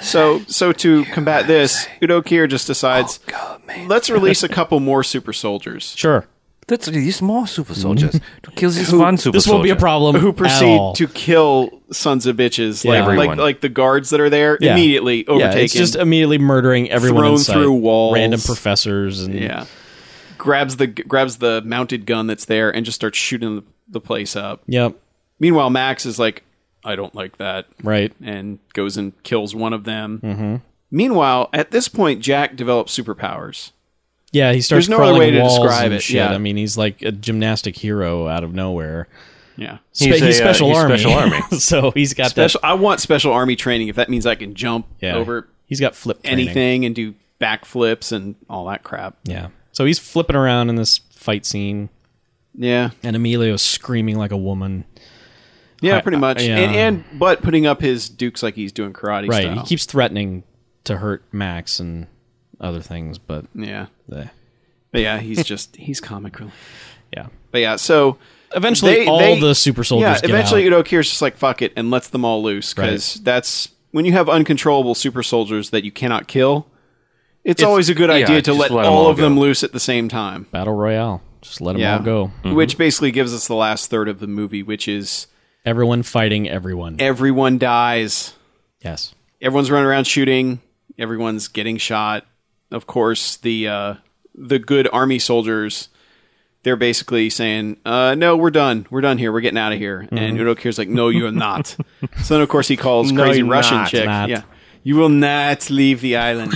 So so to combat this, Udo Kier just decides
God, man,
let's release a couple more super soldiers
Sure.
that's these more super soldiers to kill these one super
Mhm. This won't be a
soldier.
problem.
who
at
proceed
all.
to kill sons of bitches
Yeah.
like,
Everyone.
like like the guards that are there
Yeah.
immediately overtaken.
Yeah, it's just immediately murdering everyone
Thrown
in sight.
through walls.
random professors, and
Yeah. Grabs the grabs the mounted gun that's there and just starts shooting the, the place up.
yep,
Meanwhile, Max is like, I don't like that,
right.
and goes and kills one of them. Mm-hmm. Meanwhile, at this point, Jack develops superpowers.
Yeah, he starts
There's no other
crawling
way to
walls
describe
and
it,
shit.
yeah.
I mean, he's like a gymnastic hero out of nowhere.
Yeah.
Spe-
He's
He's,
a, uh,
special
he's
army.
special army.
so he's got
Special. I want special army training if that means I can jump
that. Yeah,
over
He's got flip training.
anything and do backflips and all that crap.
Yeah. So he's flipping around in this fight scene,
Yeah.
and Emilio's screaming like a woman.
Yeah,
I-
pretty much.
I- yeah.
And, and but putting up his dukes like he's doing karate
Right.
style.
He keeps threatening to hurt Max and other things, but
yeah.
eh,
But yeah, he's just he's comic relief.
yeah.
But yeah, so
Eventually,
They-
all
they-
the super soldiers
yeah,
get
eventually
out.
Udo Kier's just like fuck it and lets them all loose because that's when you have uncontrollable super soldiers that you cannot kill. It's, always a good
yeah,
idea to
just
let,
let 'em
all
all
of them
go.
loose at the same time.
Battle Royale. Just let them
Yeah,
all go.
Mm-hmm.
which basically gives us the last third of the movie, which is
Everyone fighting everyone.
everyone dies.
yes.
everyone's running around shooting everyone's getting shot of course the uh the good army soldiers they're basically saying uh no we're done we're done here we're getting out of here and udo kier's like no you're not so then of course he calls
Mm-hmm. No,
crazy
you're
russian
not,
chick
not.
yeah you will not leave the island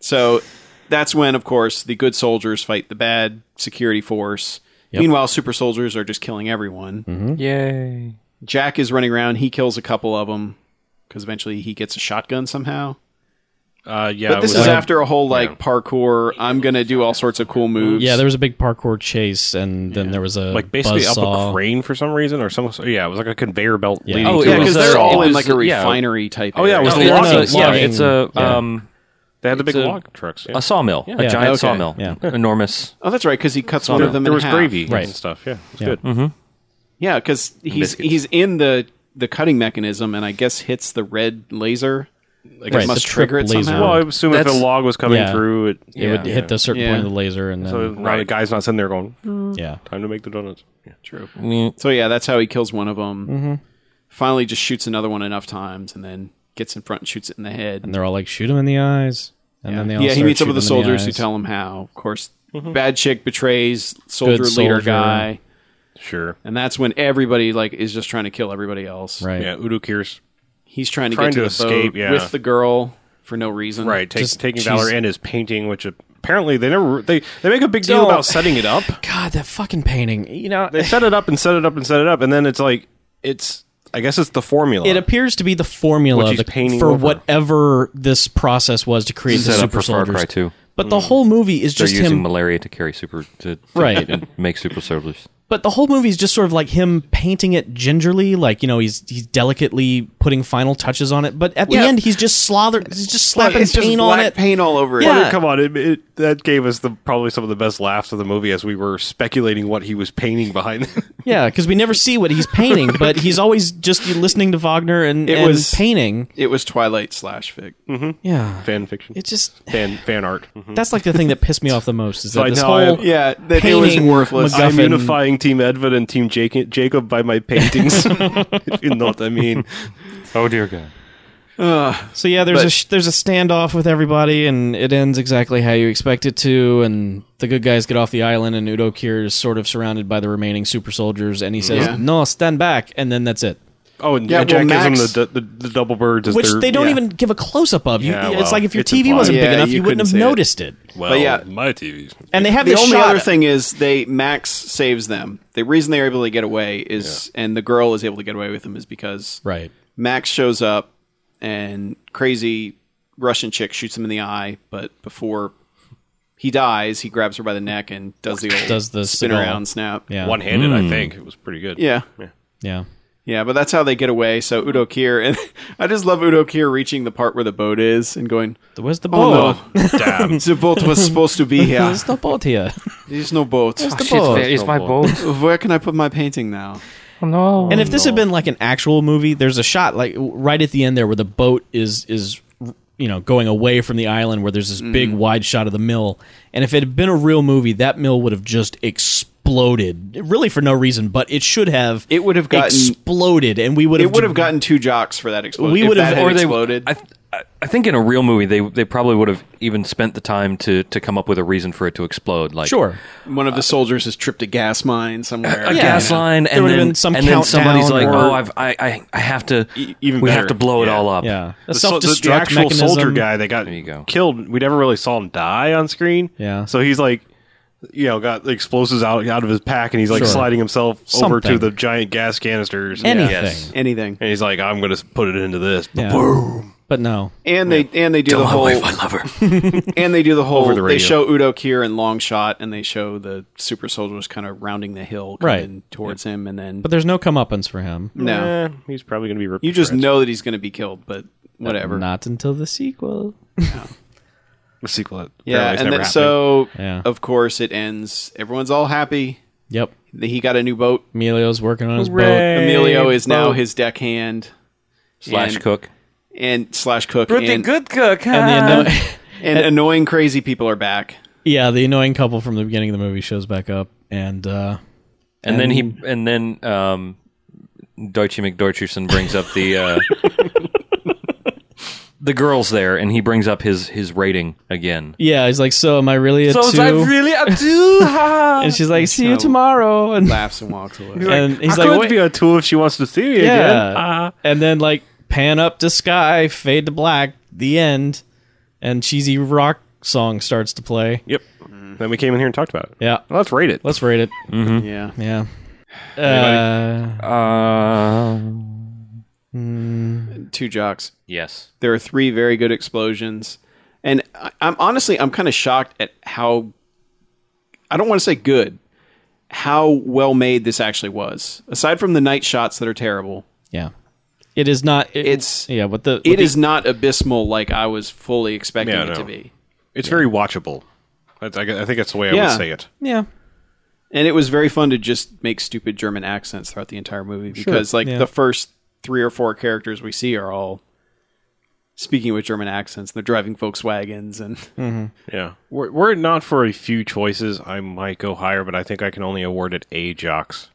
so that's when of course the good soldiers fight the bad security force meanwhile super soldiers are just killing
Mm-hmm.
everyone
Yay!
Jack is running around. He kills a couple of them because eventually he gets a shotgun somehow.
Uh, yeah,
But this
it was-
is after a whole like parkour. I'm gonna do all sorts of cool moves.
Yeah, there was a big parkour chase, and then there was a
like basically up
buzzsaw.
a crane for some reason or some. Yeah, it was like a conveyor belt.
Yeah.
leading
Oh,
to
yeah,
It
because
was,
they're
uh,
all
it
in
was-
like a
yeah.
refinery type.
Oh, yeah, it was
area.
the
it's
logging-
a- yeah,
logging-
it's a
yeah.
um
They had the big
It's a-
log trucks. Yeah.
a sawmill, a
Yeah,
giant
okay.
sawmill,
Yeah.
enormous.
Oh, that's right. Because he cuts one
There-
of them.
there
in
was
half.
gravy
Right.
and stuff. Yeah, it was
Yeah. Mm-hmm.
good.
Yeah, because he's
biscuits.
he's in the the cutting mechanism, and I guess hits the red laser. I guess
Right,
must
the trip
trigger it
laser.
somehow.
Well, I assume if a
That's-
log was coming
yeah.
through, it,
It would
yeah.
hit the certain
Yeah.
point of the laser, and
So
then
now the guy's not sitting there going,
yeah,
"Time to make the donuts." Yeah.
True.
Mm.
So yeah, that's how he kills one of them.
Mm-hmm.
Finally, just shoots another one enough times, and then gets in front and shoots it in the head.
and they're all like, shoot him in the eyes, and then they all
yeah, he
start
meets up with the
shooting 'em in
soldiers who
eyes.
tell him how. Of course, bad chick betrays soldier
Good
leader
soldier.
guy,
Sure.
and that's when everybody like is just trying to kill everybody else.
right,
Yeah, Udo Kier's
He's trying to
Trying
get to,
to
the
escape,
boat
yeah.
with the girl for no reason.
right take,
Just-
taking
she's-
Valor and his painting, which apparently they never they they make a big deal
Don't-
about setting it up.
God, that fucking painting. You know,
They set it up and set it up and set it up, and then it's like it's I guess it's the formula.
It appears to be the formula
Which he's
the-
painting
for
over.
whatever this process was to create the
Set up
super
for Far
soldiers.
Cry 2.
But
Mm.
the whole movie is
They're
just
using
him.
malaria to carry super to, to
Right.
and make super soldiers.
but the whole movie is just sort of like him painting it gingerly, like you know he's he's delicately putting final touches on it. But at
Yeah.
the end, he's just slathering, he's just slapping
it's just
paint on
black
it.
paint all over it.
Yeah.
Well, come on, it, it, that gave us the probably some of the best laughs of the movie as we were speculating what he was painting behind.
Yeah, because we never see what he's painting, but he's always just listening to Wagner and,
It
and
was-
painting.
It was Twilight slash fic.
Yeah,
fan fiction,
it just
fan fan art.
that's like the thing that pissed me off the most is
So
that
I
this
know
whole
I'm-
Yeah, that it was
Painting
worthless.
MacGuffin.
I'm unifying Team Edwin and Team Jac- Jacob by my paintings. if you know what I mean.
Oh dear God!
So yeah, there's
But-
a sh- there's a standoff with everybody, and it ends exactly how you expect it to. And the good guys get off the island, and Udo Kier is sort of surrounded by the remaining super soldiers, and he says,
Yeah.
"No, stand back," and then that's it.
Oh, and
Yeah,
Jack
well,
gives
Max-
him the, the, the double birds, as
Which
their-
they don't
yeah.
even give a close up of. You,
Yeah,
it's
well,
like if your
it's
TV wasn't
implied.
big
Yeah,
enough,
you
you,
couldn't
wouldn't have
see it.
noticed it.
Well,
yeah.
my TV's
And they have
the
this
only
shot
other
at-
thing is they Max saves them. The reason they're able to get away is, and the girl is able to get away with them is because
right?
Max shows up and crazy Russian chick shoots him in the eye, but before he dies, he grabs her by the neck and does the old
Does the
spin
cigar.
around snap.
Yeah,
one-handed. I think it was pretty good.
Yeah.
yeah.
Yeah, but that's how they get away. So Udo Kier and I just love Udo Kier reaching the part where the boat is and going,
Where's the boat?
Oh no,
Damn.
the boat was supposed to be here.
Where's the boat here?
There's no boat.
the boat?
it's my boat.
Where can I put my painting now?
Oh,
no.
And if this had been like an actual movie, there's a shot like w- right at the end there where the boat is is you know going away from the island where there's this big wide shot of the mill. And if it had been a real movie, that mill would have just exploded, really for no reason. But it should have.
It would have gotten-
exploded, and we would have.
It would have gotten two jocks for that explosion.
We
if
would have-
that had
or they-
exploded.
I, I- I think in a real movie, they they probably would have even spent the time to to come up with a reason for it to explode. Like
sure.
One of the soldiers has tripped a gas mine somewhere.
a gas
Uh, Yeah.
line,
There
and
would've
then
been some
and then somebody's
countdown
like,
or-
"Oh, I've, I, I I have to
E- even
we
better.
have to blow it
Yeah.
all up."
Yeah, a
The, sol- the- the
self-destruct
actual
mechanism.
soldier guy that got
you go.
killed, we never really saw him die on screen.
Yeah.
So he's like, you know, got the explosives out out of his pack, and he's like
Sure.
sliding himself over to
Something.
the giant gas canisters.
Anything.
Anything.
And he's like, I'm going to put it into this.
Yeah. But no.
And they and they do the whole and they do the whole
the
they
radio.
show Udo Kier in long shot and they show the super soldiers kind of rounding the hill coming
Right.
towards him and then
But there's no comeuppance for him.
no.
Eh, he's probably going to be ripped.
You
to
just
shreds.
know that he's going to be killed, but whatever.
Not until the sequel.
the sequel. that
yeah,
apparently is
and
never
then,
happening.
so
Yeah.
of course it ends. Everyone's all happy.
Yep.
He got a new boat.
Emilio's working on his boat.
Emilio is now his deckhand
Slash
and,
cook.
and slash cook and,
good cook.
And the anno-
and annoying crazy people are back.
yeah, the annoying couple from the beginning of the movie shows back up, and uh,
and then he and then um, Deutsche McDeutscherson brings up the uh, the girls there, and he brings up his his rating again.
Yeah, he's like, so am I really a two?
up to high.
and she's like, see you tomorrow. And,
Laughs and walks away.
and he's
I
like,
could
wait.
be a tool if she wants to see me
yeah.
again. Uh,
And then like pan up to sky, fade to black, the end, and cheesy rock song starts to play.
yep. Then we came in here and talked about it.
Mm-hmm. Yeah,
Let's rate it.
let's rate it.
yeah.
Yeah. Uh,
Uh,
Two jocks.
yes.
There are three very good explosions, and I, I'm honestly I'm kind of shocked at how I don't want to say good, how well made this actually was. Aside from the night shots that are terrible,
yeah. It is not. it-
It's-
yeah. What the
it is not abysmal like I was fully expecting
Yeah,
it
no.
to be.
It's very watchable. That's, I, gu- I think that's the way I
Yeah.
would say it.
yeah.
And it was very fun to just make stupid German accents throughout the entire movie because like
yeah.
the first three or four characters we see are all speaking with German accents. They're driving Volkswagens and
Yeah. Were, were it not for a few choices, I might go higher, but I think I can only award it a jocks.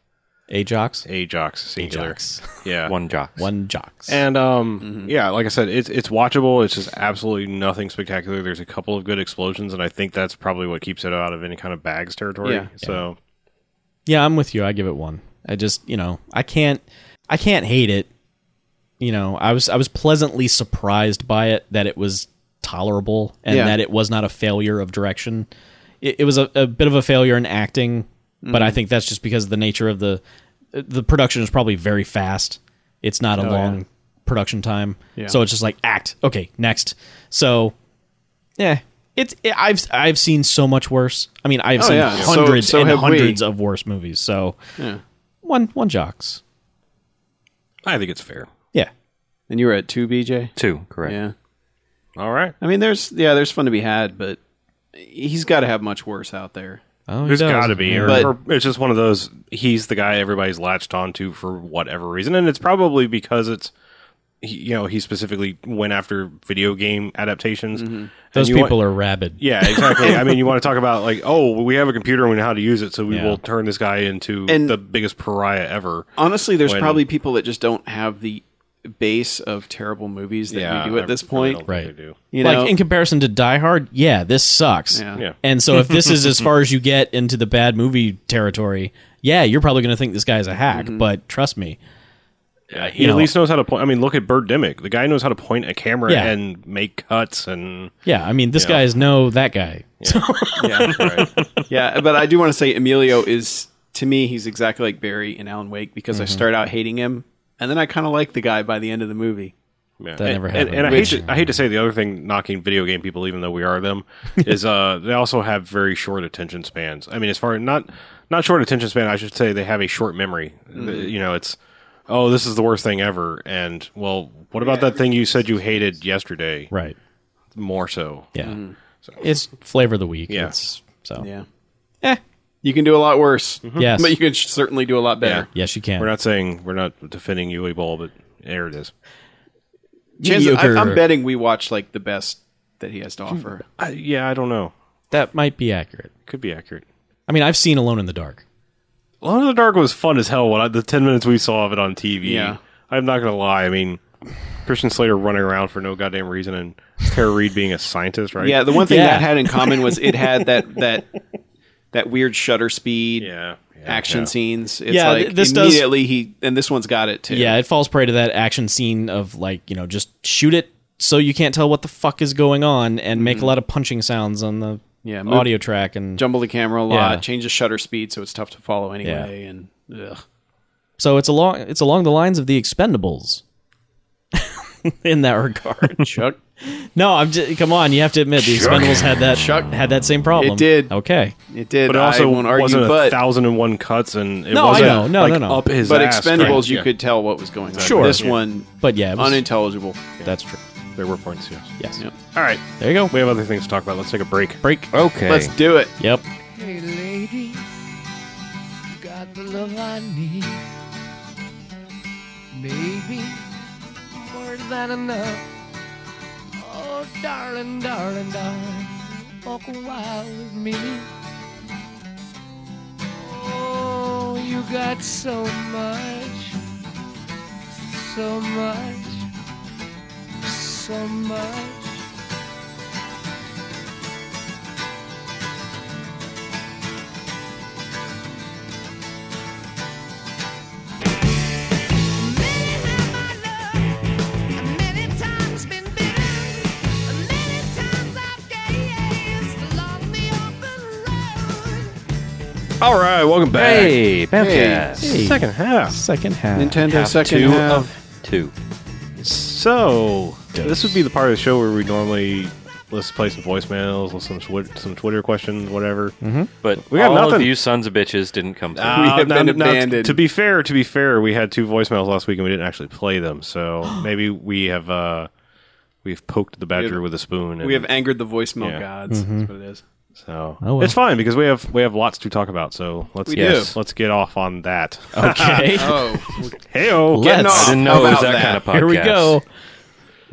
Ajax.
A jocks singular.
Ajax.
Yeah.
One jock.
One jocks.
And um,
Mm-hmm.
yeah, like I said, it's it's watchable. It's just absolutely nothing spectacular. There's a couple of good explosions, and I think that's probably what keeps it out of any kind of bags territory.
Yeah.
So
Yeah, I'm with you. I give it one. I just, you know, I can't, I can't hate it. You know, I was, I was pleasantly surprised by it that it was tolerable and
Yeah.
that it was not a failure of direction. It, it was a, a bit of a failure in acting, but I think that's just because of the nature of the, the production is probably very fast It's
Oh,
not a long production time. So it's just like act. Okay, next. So yeah, it's it, I've I've seen so much worse. I mean, I've
Oh,
seen
yeah. So-
hundreds
so
and
have we.
hundreds of worse movies. So
Yeah.
one one jocks.
I think it's fair.
Yeah.
And you were at two, BJ.
Two, correct.
Yeah.
All right.
I mean, there's yeah, there's fun to be had, but he's got to have much worse out there.
Oh, he
There's
does.
got to be. Or,
But-
or it's just one of those. He's the guy everybody's latched onto for whatever reason, and it's probably because it's he- you know he specifically went after video game adaptations.
Mm-hmm.
And
Those
you want-
people are rabid.
yeah, exactly. I mean, you want to talk about like, oh, we have a computer and we know how to use it, so we
Yeah.
will turn this guy into
And- Um,
the biggest pariah ever.
Honestly, there's
When-
probably people that just don't have the base of terrible movies that we do
I-
at this
I
point.
don't think
Right.
they do.
You
like
know,
in comparison to Die Hard, yeah, this sucks.
Yeah.
Yeah.
And so if this is as far as you get into the bad movie territory, yeah, you're probably going to think this guy's a hack,
Mm-hmm.
but trust me.
Yeah, he
you
at
know.
least knows how to point. I mean, look at Birdemic. The guy knows how to point a camera
Yeah.
and make cuts and.
Yeah, I mean, this
Yeah.
guy is no that guy.
yeah, yeah. But I do want to say Emilio is to me he's exactly like Barry and Alan Wake because I start out hating him and then I kind of like the guy by the end of the movie.
Yeah.
That
and,
never
and- And,
happened.
I hate to, I hate to say the other thing knocking video game people, even though we are them, is uh they also have very short attention spans. I mean, as far as not not short attention span, I should say they have a short memory. You know, it's oh this is the worst thing ever, and well, what about that thing you said you hated yesterday?
Right.
More so,
Yeah. It's flavor of the week.
Yeah.
It's, so.
Mm-hmm. Yeah. Eh, You can do a lot worse.
Yes.
But you can certainly do a lot better.
Yes, you can.
we're not saying we're not defending you a ball, but there it is.
Chances- I,
Mediocre. Hmm.
I'm betting we watch like the best that he has to offer.
I, yeah, I don't know.
that might be accurate.
Could be accurate.
I mean, I've seen Alone in the Dark.
Alone in the Dark was fun as hell. When I, the ten minutes we saw of it on TV,
Yeah.
I'm not gonna lie. I mean, Christian Slater running around for no goddamn reason and Tara Reid being a scientist, right?
Yeah, the one thing
Yeah.
that had in common was it had that that that weird shutter speed
yeah, yeah,
action
yeah.
scenes. It's
Yeah,
like
th- this does-
immediately he and this one's got it too.
Yeah, it falls prey to that action scene of like, you know, just shoot it so you can't tell what the fuck is going on and make a lot of punching sounds on the
Mm-hmm. Yeah, move-
audio track and
Jumble the camera a lot,
Yeah.
change the shutter speed so it's tough to follow anyway and ugh.
So it's along it's along the lines of the Expendables. in that regard,
Chuck.
no, I'm just come on. You have to admit the Expendables had that had that same problem.
It did.
Okay,
It did.
But it also
I won't
wasn't
argue,
a
but
thousand and one cuts, and it
No, I
wasn't
know. No,
like,
no, no.
up his.
but
ass,
Expendables,
right?
you
Yeah.
could tell what was going on.
Sure.
This
Yeah.
one,
but yeah, it was-
unintelligible.
that's true.
There were points. Yes.
Yes.
Yep.
All right,
There you go.
we have other things to talk about. Let's take a break.
Break.
Okay.
Let's do it.
Yep.
Hey, lady, you got the love I need. Maybe more than enough. Oh, darling, darling, darling, walk a while with me. Oh, you got so much, so much, so much.
Many have I loved, many times been bitten, many times I've gazed along the open road.
All right, welcome back.
Hey, Bamcast.
Second half.
Second half.
Nintendo
Half
second
two
half.
of two.
So this would be the part of the show where we normally let's play some voicemails, listen to some, some Twitter questions, whatever. Mm-hmm.
But
We got
all of
nothing.
you sons of bitches didn't come through.
Uh,
have been abandoned.
To be fair, to be fair, we had two voicemails last week and we didn't actually play them. So maybe we have uh, we've poked the badger
have-
with a spoon. And,
We have angered the voicemail
Yeah.
gods.
Mm-hmm.
That's what it is.
so
Oh, well.
it's fine because we have we have lots to talk about. So let's
We
yes,
do.
let's get off on that.
Okay.
Oh,
Heyo.
Let's-
off.
I didn't know it was
About
that,
that.
kind of podcast.
Here we go.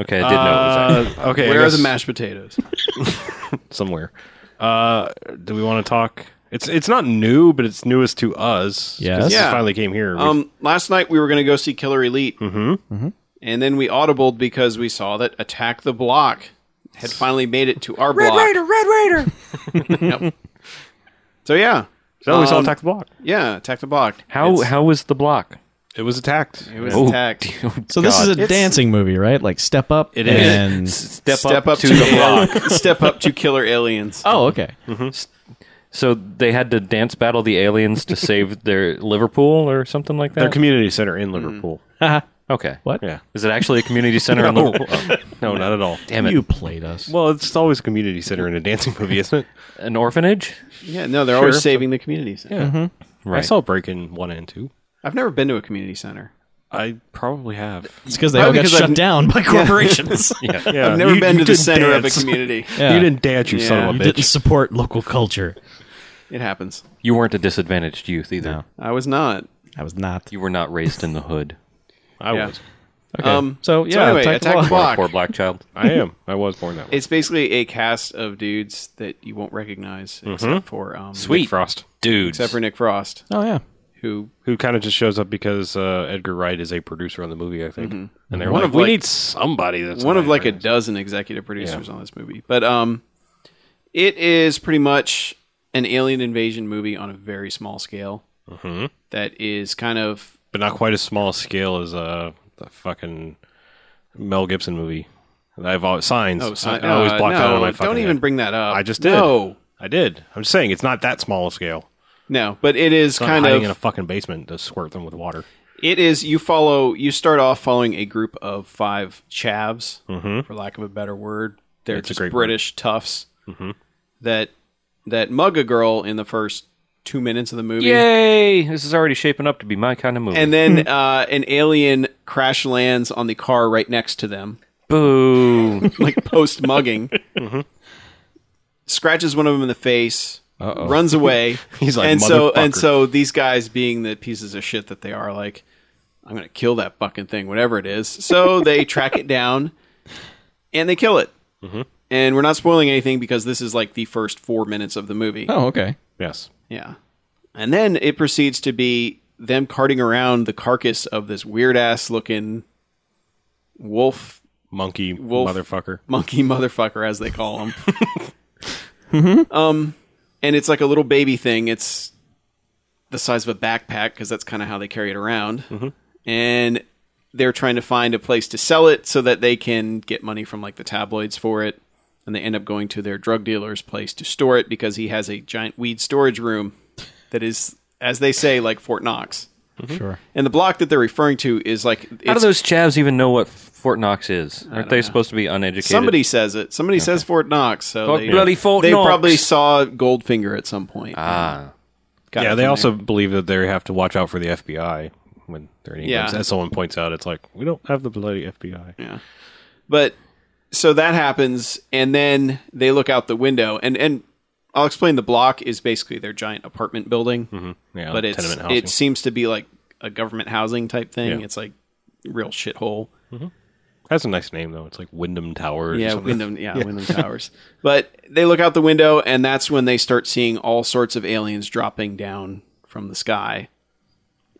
Okay, I did know it was that.
Uh, okay, I
where are the
guess
mashed potatoes?
somewhere? Uh, do we want to talk? It's it's not new, but it's newest to us. 'cause
Yes.
this
Yeah.
finally came here. We-
Um, last night we were going to go see Killer Elite, mm-hmm. Mm-hmm. and then we audibled because we saw that Attack the Block had finally made it to our block.
Red Raider!
So yeah,
so we saw
um,
attack the block.
yeah, Attack the Block.
How
It's-
how was the block?
It was attacked.
it was
Oh,
attacked.
dear
So this is
God.
a dancing movie, right? Like Step Up. It
is.
and,
step, up, to, the block. Uh,
step up to Killer Aliens.
oh, okay.
So they had to dance battle the aliens to save their Liverpool or something like that.
Mm.
Their community center in Liverpool.
Okay.
What?
Yeah.
Is it actually a community center? in
No,
Liverpool?
no, not at all.
Damn it.
You played us.
Well, it's always a community center in a dancing movie, isn't it?
An orphanage?
Yeah, no, they're always saving the community center.
Mm-hmm.
I
Right.
saw Breaking One and Two.
I've never been to a community center.
I probably have.
It's because they
Probably
all got
because
shut
I've-
down by corporations.
Yeah,
I've never
you-
been
you
to the
didn't
center
dance.
of a community.
Yeah.
You didn't dance, you
Yeah.
son
You
of a bitch.
didn't support local culture.
It happens.
You weren't a disadvantaged youth either.
No.
I was not.
I was not.
You were not raised in the hood.
I
Yeah.
was.
Okay.
Um,
so yeah,
anyway,
attack the
Attack the
block.
Block.
Poor black child.
I am. I was born that way.
It's basically a cast of dudes that you won't recognize except for um,
Mm-hmm. Sweet Frost,
Dudes.
except for Nick Frost,
Oh yeah.
who
who kind of just shows up because uh, Edgar Wright is a producer on the movie, I think. And they're
One
like,
of,
we
like-
need somebody that's
Mm-hmm. one of
not
like a
Wright."
dozen executive producers on this movie. But um, it is pretty much an alien invasion movie on a very small scale.
Mm-hmm.
that is kind of
but not quite as small a scale as uh, the fucking Mel Gibson movie. And I've always signs.
oh, si-
I, I always
uh,
blocked
no,
that out of my fucking
don't even
head.
bring that up.
I just did.
No,
I did. I'm just saying it's not that small a scale.
no, but it is
It's not
kind
hiding
of
in a fucking basement to squirt them with water.
It is you follow you start off following a group of five chavs, for lack of a better word. They're
It's Mm-hmm. a
just
great Mm-hmm.
British toughs that that mug a girl in the first two minutes of the movie,
Yay! This is already shaping up to be my kind of movie.
and then uh, an alien crash lands on the car right next to them,
Boo.
like post mugging.
Mm-hmm.
Scratches one of them in the face, runs away.
He's like,
and so and
"Motherfucker."
so these guys, being the pieces of shit that they are, like, I'm gonna kill that fucking thing, whatever it is. So they track it down, and they kill it.
Mm-hmm.
And we're not spoiling anything because this is like the first four minutes of the movie.
Oh okay.
Yes.
Yeah, and then it proceeds to be them carting around the carcass of this weird ass looking wolf
Monkey
Wolf.
motherfucker.
monkey motherfucker as they call him. Um, and it's like a little baby thing. It's the size of a backpack because that's kind of how they carry it around.
Mm-hmm.
And they're trying to find a place to sell it so that they can get money from like the tabloids for it. And they end up going to their drug dealer's place to store it because he has a giant weed storage room that is, as they say, like Fort Knox.
Sure.
And the block that they're referring to is like it's,
How do those chavs even know what Fort Knox is? Aren't they supposed to be uneducated?
Somebody says it. Somebody says Fort Knox. So
Fuck
they,
bloody Fort
they
Knox.
probably saw Goldfinger at some point.
Ah.
Got it
yeah,
from
they
there.
also believe that they have to watch out for the FBI when they're in England.
Yeah.
As someone points out, it's like, we don't have the bloody FBI.
Yeah, but so that happens, and then they look out the window, and and I'll explain. The block is basically their giant apartment building,
Mm-hmm. Yeah,
but
the
it's
tenement housing.
it seems to be like a government housing type thing.
Yeah.
It's like real shithole.
That's a nice name, though. It's like Wyndham Towers. or
Yeah,
something.
Wyndham. Yeah, Wyndham Towers. But they look out the window, and that's when they start seeing all sorts of aliens dropping down from the sky.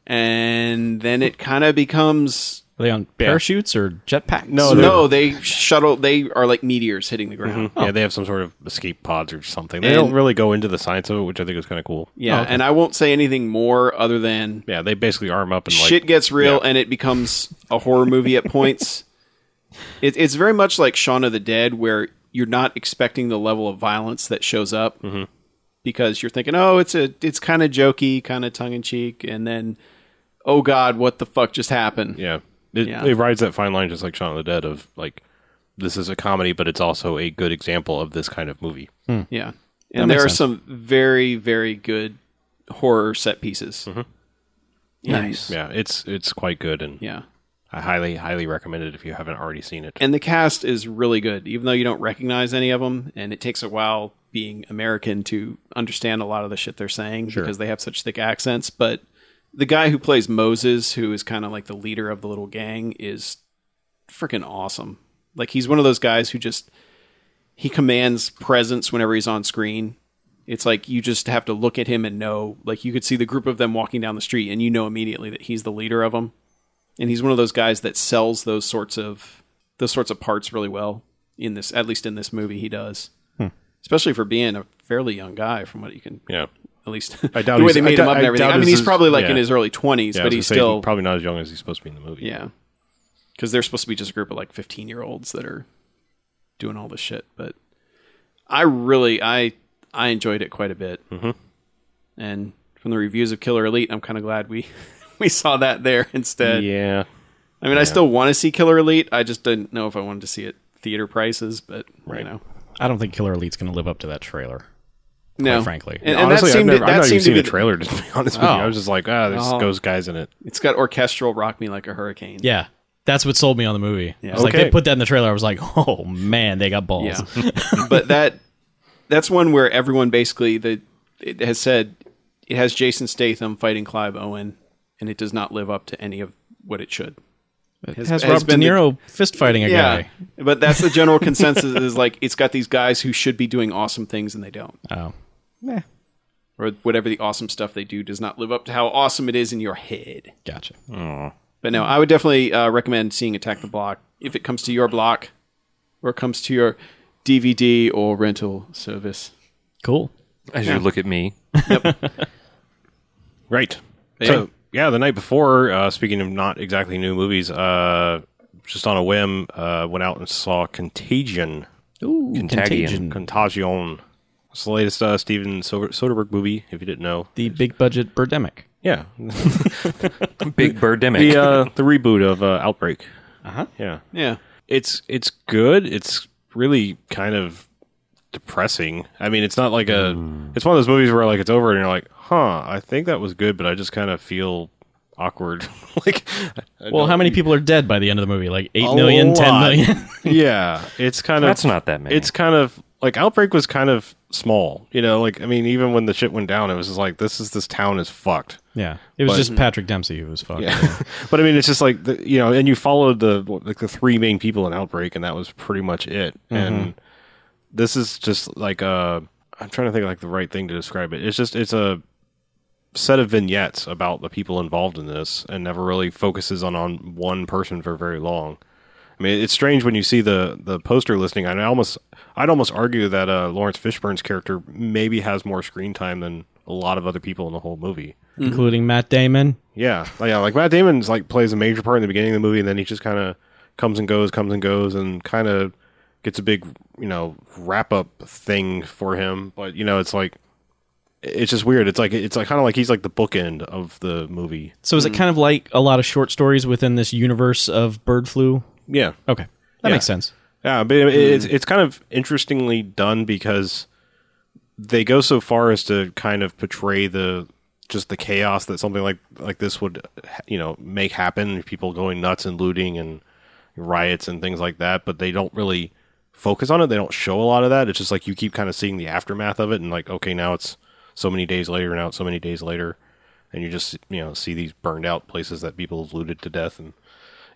And then it kind of becomes
Are they on parachutes or jetpacks?
No,
no,
they're- Mm-hmm.
they shuttle. They are like meteors hitting the ground.
Yeah, they have some sort of escape pods or something. They
Oh. And-
don't really go into the science of it, which I think is kind of cool.
Yeah, and I won't say anything more other than
Yeah, they basically arm up and like
shit gets real,
yeah.
and it becomes a horror movie at points. It, it's very much like Shaun of the Dead, where you're not expecting the level of violence that shows up
Mm-hmm.
because you're thinking, oh, it's a, it's kind of jokey, kind of tongue in cheek, and then, oh god, what the fuck just happened?
yeah. It,
Yeah.
it rides that fine line just like Shaun of the Dead of like this is a comedy, but it's also a good example of this kind of movie.
Yeah. And there are some very, very good horror set pieces. Nice.
Mm-hmm. Yeah, it's it's quite good, and
Yeah.
I highly highly recommend it if you haven't already seen it.
and the cast is really good, even though you don't recognize any of them. And it takes a while being American to understand a lot of the shit they're saying because they have such thick accents. But the guy who plays Moses, who is kind of like the leader of the little gang, is freaking awesome. Like he's one of those guys who just he commands presence whenever he's on screen. It's like you just have to look at him and know. Like you could see the group of them walking down the street, and you know immediately that he's the leader of them. And he's one of those guys that sells those sorts of those sorts of parts really well in this, at least in this movie, he does.
Hmm.
Especially for being a fairly young guy, from what you can,
yeah,
at least
I doubt
the way
he's-
they
I
made him
doubt-
up and
I
everything.
doubt
I, mean,
this
he's
is-
probably like
yeah.
in his early twenties,
yeah. I was
but
gonna
he's
say, he's
still
probably not as young as he's supposed to be in the movie.
yeah. Because they're supposed to be just a group of like 15 year olds that are doing all this shit. But I really, I, I enjoyed it quite a bit. Mm-hmm. And from the reviews of Killer Elite, I'm kind of glad we, we saw that there instead.
yeah.
I mean, I still want to see Killer Elite. I just didn't know if I wanted to see it theater prices, but you know,
I don't think Killer Elite's going to live up to that trailer.
no,
frankly.
and, and
Honestly,
that seemed
I've, never,
that
I've not even
seemed to
seen
be
a trailer. To be honest with you, I was just like, ah, there's
Oh.
those guys in it.
It's got orchestral "Rock Me Like a Hurricane."
Yeah. That's what sold me on the movie. Yeah. like
Okay.
they put that in the trailer. I was like, oh man, they got balls.
Yeah. but that that's one where everyone basically the it has said it has Jason Statham fighting Clive Owen, and it does not live up to any of what it should. It
Has, Robert De
the-
Niro fist fighting a
yeah,
guy?
but that's the general consensus is like it's got these guys who should be doing awesome things and they don't,
Oh,
or whatever the awesome stuff they do does not live up to how awesome it is in your head.
gotcha.
But no, I would definitely uh, recommend seeing Attack the Block if it comes to your block or comes to your DVD or rental service.
Cool.
As you look at me,
Right.
Yeah.
So yeah, the night before, uh, speaking of not exactly new movies, uh, just on a whim, uh, went out and saw Contagion.
Hmm.
Contagion.
Contagion. It's the latest uh, Steven Soder- Soderbergh movie, if you didn't know.
The big budget Birdemic.
Yeah,
Big Birdemic.
the uh, the reboot of uh, Outbreak.
Uh-huh.
Uh huh. Yeah,
Yeah.
it's it's good. It's really kind of depressing. I mean, it's not like a.
Hmm.
It's one of those movies where like it's over and you're like, huh, I think that was good, but I just kind of feel awkward. like, I
Well,
don't-
Oh.
how many people are dead by the end of the movie? Like eight
A
million, ten
lot.
million.
yeah, it's kind of
That's not that many.
It's kind of like Outbreak was kind of small. You know, like I mean, even when the shit went down, it was just like this is this town is fucked.
Yeah. It was
But-
just Patrick Dempsey who was fucked.
but I mean, it's just like the, you know, and you followed the like the three main people in Outbreak, and that was pretty much it. And this is just like a I'm trying to think of like the right thing to describe it. It's just it's a set of vignettes about the people involved in this, and never really focuses on on one person for very long. I mean, it's strange when you see the the poster listing. I almost, I'd almost argue that uh, Lawrence Fishburne's character maybe has more screen time than a lot of other people in the whole movie.
Including Matt Damon.
Yeah, Like, yeah. Like Matt Damon's like plays a major part in the beginning of the movie, and then he just kind of comes and goes, comes and goes, and kind of gets a big you know wrap up thing for him. But you know, it's like it's just weird. It's like it's like kind of like he's like the bookend of the movie.
So
Mm-hmm.
is it kind of like a lot of short stories within this universe of bird flu?
Yeah.
Okay. That
Yeah.
makes sense.
Yeah, but it- it's it's kind of interestingly done because they go so far as to kind of portray the just the chaos that something like like this would you know make happen, people going nuts and looting and riots and things like that, but they don't really focus on it. They don't show a lot of that. It's just like you keep kind of seeing the aftermath of it and like okay, now it's so many days later, now it's so many days later. And you just you know see these burned out places that people have looted to death, and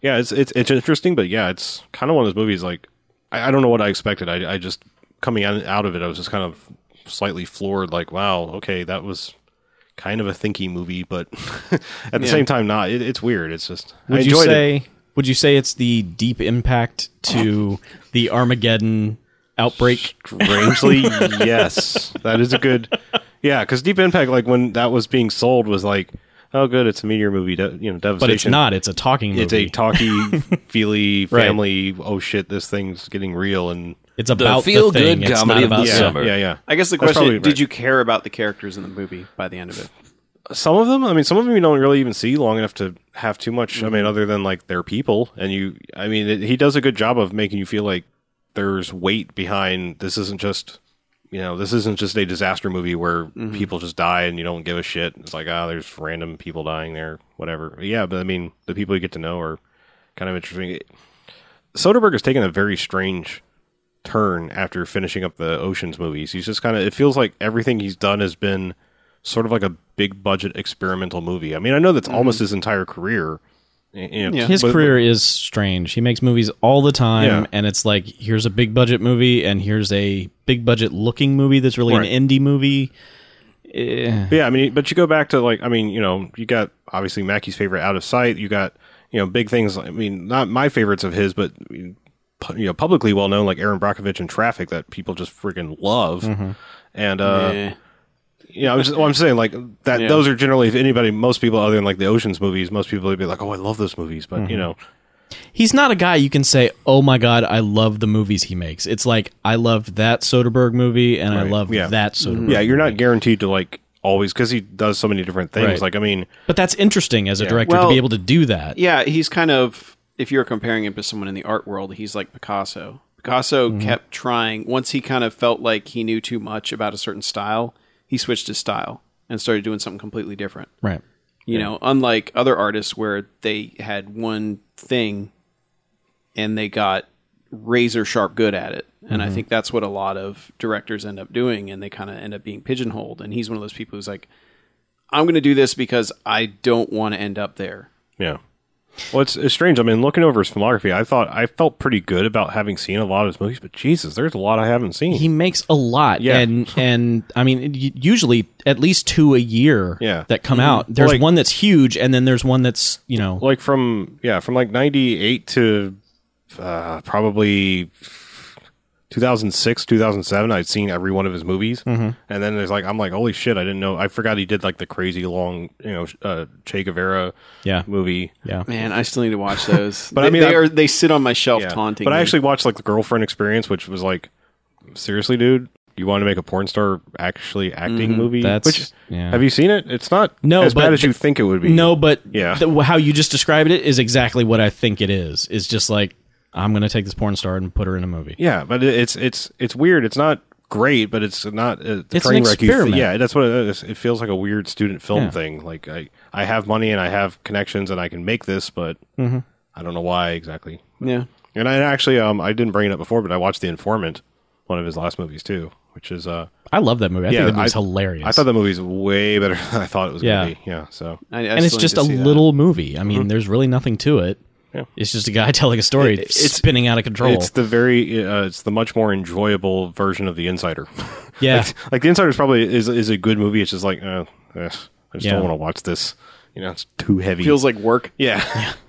yeah, it's it's it's interesting, but yeah, it's kind of one of those movies. Like, I, I don't know what I expected. I, I just coming out, out of it, I was just kind of slightly floored. Like, wow, okay, that was kind of a thinky movie, but at the same time, not. It, it's weird. It's just I
Would you
enjoyed
say
it.
would you say it's the deep impact to the Armageddon outbreak?
Strangely, yes, that is a good. Yeah, because Deep Impact, like when that was being sold, was like, oh, good, it's a meteor movie. De- you know, devastation.
But it's not, it's a talking movie.
It's a talky, feely family. Oh shit, this thing's getting real, and
It's about the,
feel-good
thing. It's
comedy
not
of
about
the
yeah,
summer.
yeah, yeah.
I guess the
That's
question:
probably right.
Did you care about the characters in the movie by the end of it?
some of them i mean some of them you don't really even see long enough to have too much i
Mm-hmm.
mean other than like their people and you i mean it, he does a good job of making you feel like there's weight behind this isn't just you know this isn't just a disaster movie where people just die and you don't give a shit it's like ah there's random people dying there whatever yeah but i mean the people you get to know are kind of interesting It- soderbergh has taken a very strange turn after finishing up the oceans movies he's just kind of it feels like everything he's done has been sort of like a big budget experimental movie. I mean, I know that's almost his entire career. y- you know,
Yeah.
His
but-
career is strange. He makes movies all the time,
Yeah.
and it's like here's a big budget movie, and here's a big budget looking movie that's really
Right.
an indie movie. Eh.
but yeah, I mean, but you go back to like, I mean, you know, you got obviously Mackey's favorite Out of Sight. You got you know big things. I mean, not my favorites of his, but you know, publicly well known like Aaron Brockovich and Traffic that people just freaking love. And uh,
Eh.
Yeah, I'm just, well, I'm saying like that.
Yeah.
Those are generally, if anybody, most people other than like the Ocean's movies, most people would be like, "Oh, I love those movies," but you know,
He's not a guy you can say, "Oh my god, I love the movies he makes." It's like I loved that Soderbergh movie, and I love
yeah.
that
Mm-hmm.
Soderbergh.
yeah, you're not guaranteed to like always because he does so many different things.
Right.
Like, I mean,
But that's interesting as a director to
Well,
be able to do that.
Yeah, he's kind of if you're comparing him to someone in the art world, he's like Picasso. Picasso
Mm-hmm.
kept trying. Once he kind of felt like he knew too much about a certain style, he switched his style and started doing something completely different.
Right.
You know, unlike other artists where they had one thing and they got razor sharp good at it. And I think that's what a lot of directors end up doing and they kind of end up being pigeonholed. And he's one of those people who's like, I'm going to do this because I don't want to end up there.
Yeah. Well, it's, it's strange. I mean, looking over his filmography, I thought I felt pretty good about having seen a lot of his movies, but Jesus, there's a lot I haven't seen.
He makes a lot,
Yeah.
and and I mean, it- u- usually at least two a year
Yeah.
that come
Mm-hmm.
out. There's
Like-
one that's huge, and then there's one that's you know
like from yeah, from like '98 to uh, probably 2006, 2007. I'd seen every one of his movies, and then there's like I'm like, holy shit, I didn't know. I forgot he did like the crazy long, you know, uh, Che Guevara
Yeah.
movie.
yeah.
Man, I still need to watch those.
But
they,
I mean,
they
I'm-
are they sit on my shelf
Yeah.
taunting.
But I
me.
actually watched like the girlfriend experience, which was like, seriously, dude, you want to make a porn star actually acting
Mm-hmm.
movie?
That's-
which
yeah.
have you seen it? It's not
No,
as
but
bad as you
the-
think it would be.
No, but
Yeah.
the- how you just described it is exactly what I think it is. It's just like I'm going to take this porn star and put her in a movie.
yeah, but it- it's it's it's weird. It's not great, but it's not uh, the
It's an
train wreck. You
experiment.
yeah, that's what it is. It feels like a weird student film
Yeah.
thing. Like I I have money and I have connections and I can make this, but
Mm-hmm.
I don't know why exactly.
yeah.
And I actually um I didn't bring it up before, but I watched The Informant, one of his last movies too, which is uh
I love that movie. I think that movie's
I-
hilarious.
I thought the movie's way better than I thought it was
Yeah.
going to be. Yeah, so
I, I
and it's
still need
just
to
a
see that.
little movie. I mean,
Mm-hmm.
there's really nothing to it. It's just a guy telling a story,
it's-
spinning out of control.
it's the very uh, it's the much more enjoyable version of The Insider.
yeah,
like, like The Insider is probably is is a good movie. It's just like uh, eh, I just
Yeah.
don't want to watch this. You know, it's too heavy.
feels like work.
yeah.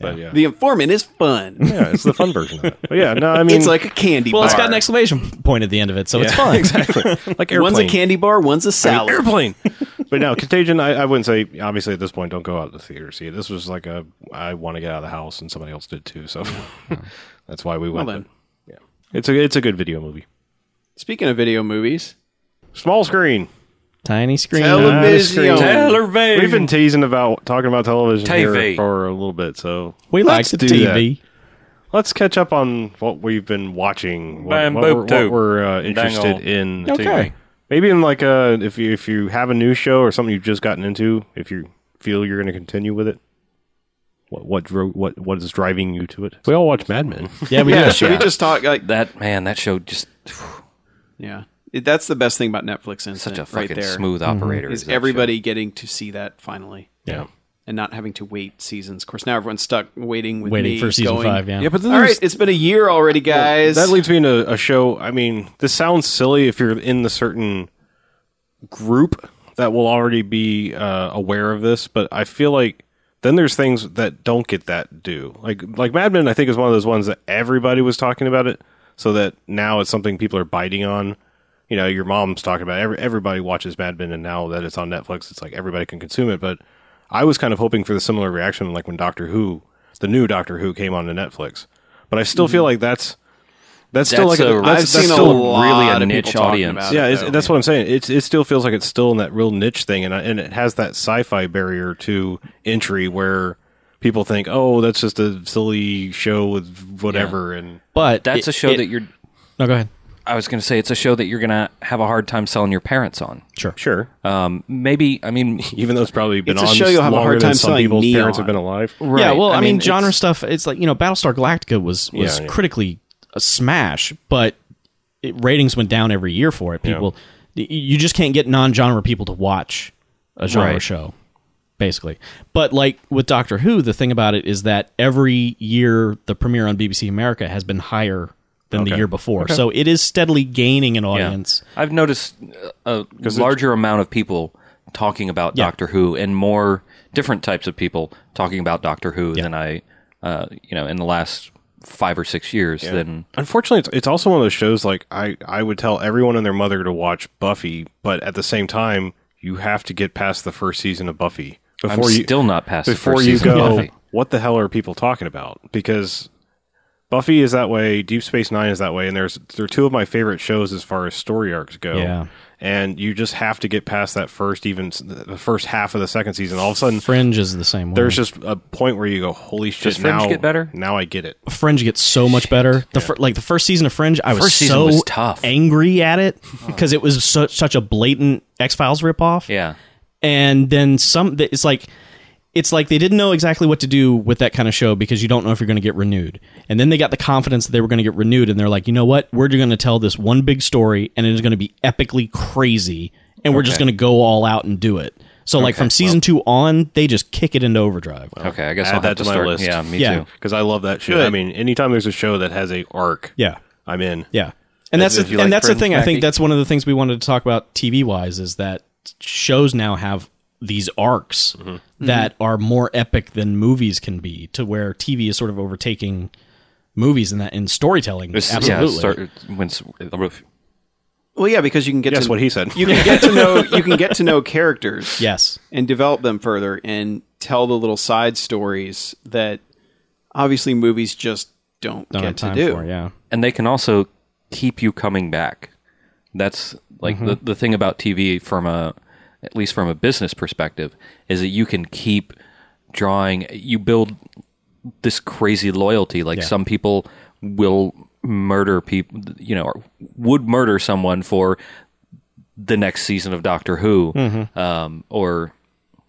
But yeah.
The informant is fun.
yeah, it's the fun version of it. But yeah, no, I mean
it's like a candy bar.
well, it's got an exclamation point at the end of it, so it's fun.
exactly like airplane.
One's a candy bar, one's
I
a
mean,
salad.
airplane. but no, Contagion. I, I wouldn't say. Obviously, at this point, don't go out to the theater to see it. This was like a I want to get out of the house, and somebody else did too. So that's why we went.
then.
But, yeah, it's a it's a good video movie.
Speaking of video movies,
Small screen.
Tiny screen.
television.
We've been teasing about talking about television
TV.
here for a little bit, so
we like
let's
the
do that.
TV.
Let's catch up on what we've been watching. What, what
Bamboo
we're, what
tube.
we're uh, interested
Dangle.
in.
Okay.
Maybe in like uh if you if you have a new show or something you've just gotten into, if you feel you're going to continue with it, what what drove what what is driving you to it? We all watch Mad Men.
Yeah, we
Yeah,
do.
should we just talk? Like,
That man, that show just
yeah, It- that's the best thing about Netflix. Incident,
such a
right
fucking
there.
smooth operator.
Is
that show.
everybody getting to see that finally?
yeah.
and not having to wait seasons. Of course, now everyone's stuck waiting with
waiting
me
for season
going,
five. Yeah,
Yeah, but then
All
there's-
right, it's been a year already, guys.
That leads me into a show. I mean, this sounds silly if you're in the certain group that will already be uh, aware of this, but I feel like then there's things that don't get that due. Like like Mad Men, I think is one of those ones that everybody was talking about it, so that now it's something people are biting on. You know, your mom's talking about it. every everybody watches Mad Men, and now that it's on Netflix, it's like everybody can consume it. But I was kind of hoping for the similar reaction, like when Doctor Who, the new Doctor Who, came on to Netflix. But I still feel like that's that's still
That's
like
a-
a, that's,
I've
that's
seen
still
Mm-hmm. a
a
lot
really a
of people
niche
talking
audience.
about it,
yeah, it's,
though.
that's what I'm saying. It's it still feels like it's still in that real niche thing, and I- and it has that sci-fi barrier to entry where people think, oh, that's just a silly show with whatever, and
but
That's
it-
a show
it-
that you're.
No, go ahead.
I was going to say it's a show that you're going to have a hard time selling your parents on.
sure,
Um, maybe I mean,
even though it's probably been
Uh, It's a
on
show you'll have a
longer
hard
than
time
some
selling
people's parents
neon.
have been alive.
Yeah,
Right.
well, I, mean,
it's-
genre stuff. It's like you know, Battlestar Galactica was was
Yeah, yeah.
critically a smash, but it, ratings went down every year for it. People, y- you just can't get non-genre people to watch a genre
Right.
show, basically. But like with Doctor Who, the thing about it is that every year the premiere on BBC America has been higher than the year before, so it is steadily gaining an
yeah.
audience.
I've noticed a larger amount of people talking about
Yeah.
Doctor Who and more different types of people talking about Doctor Who than I, uh, you know, in the last five or six years. Than
Unfortunately, it's, it's also one of those shows. Like I, I would tell everyone and their mother to watch Buffy, but at the same time, you have to get past the first season of Buffy
I'm
before you
still not past the
before
first
you
season of
go.
Buffy.
What the hell are people talking about? Because Buffy is that way. Deep Space Nine is that way. And there's they're two of my favorite shows as far as story arcs go.
Yeah.
And you just have to get past that first, even s- the first half of the second season. All of a sudden,
Fringe is the same way.
there's just a point where you go, "Holy shit!"
Does Fringe
now
get better?
Now I get it.
Fringe gets so much better. The fir- like the first season of Fringe, I was
First season
so
was tough.
angry at it because it was such such a blatant X Files ripoff.
Yeah.
and then some. th- It's like it's like they didn't know exactly what to do with that kind of show because you don't know if you're going to get renewed. And then they got the confidence that they were going to get renewed, and they're like, you know what? We're going to tell this one big story, and it is going to be epically crazy, and we're just going to go all out and do it. So like from season two on, they just kick it into overdrive.
Okay, I guess
Add
I'll
that
have
to
to,
my
start.
list.
Yeah, me
Yeah.
too.
because I love that shit. I mean, anytime there's a show that has a arc,
Yeah.
I'm in.
Yeah, and
As
that's
if
the,
you like
and that's the
Fringe
thing. I
Mackey.
think that's one of the things we wanted to talk about TV wise is that shows now have these arcs that are more epic than movies can be, to where TV is sort of overtaking movies in that in storytelling.
It's-
absolutely,
Yeah, start, when, s-
Well, yeah, because you can get
That's
to
what he said.
You can get to know you can get to know characters.
yes,
and develop them further and tell the little side stories that obviously movies just don't,
don't have
get to
time
do.
for it, yeah.
and they can also keep you coming back. That's like the, the thing about TV from a at least from a business perspective is that you can keep drawing you build this crazy loyalty like some people will murder people you know or would murder someone for the next season of Doctor Who um, or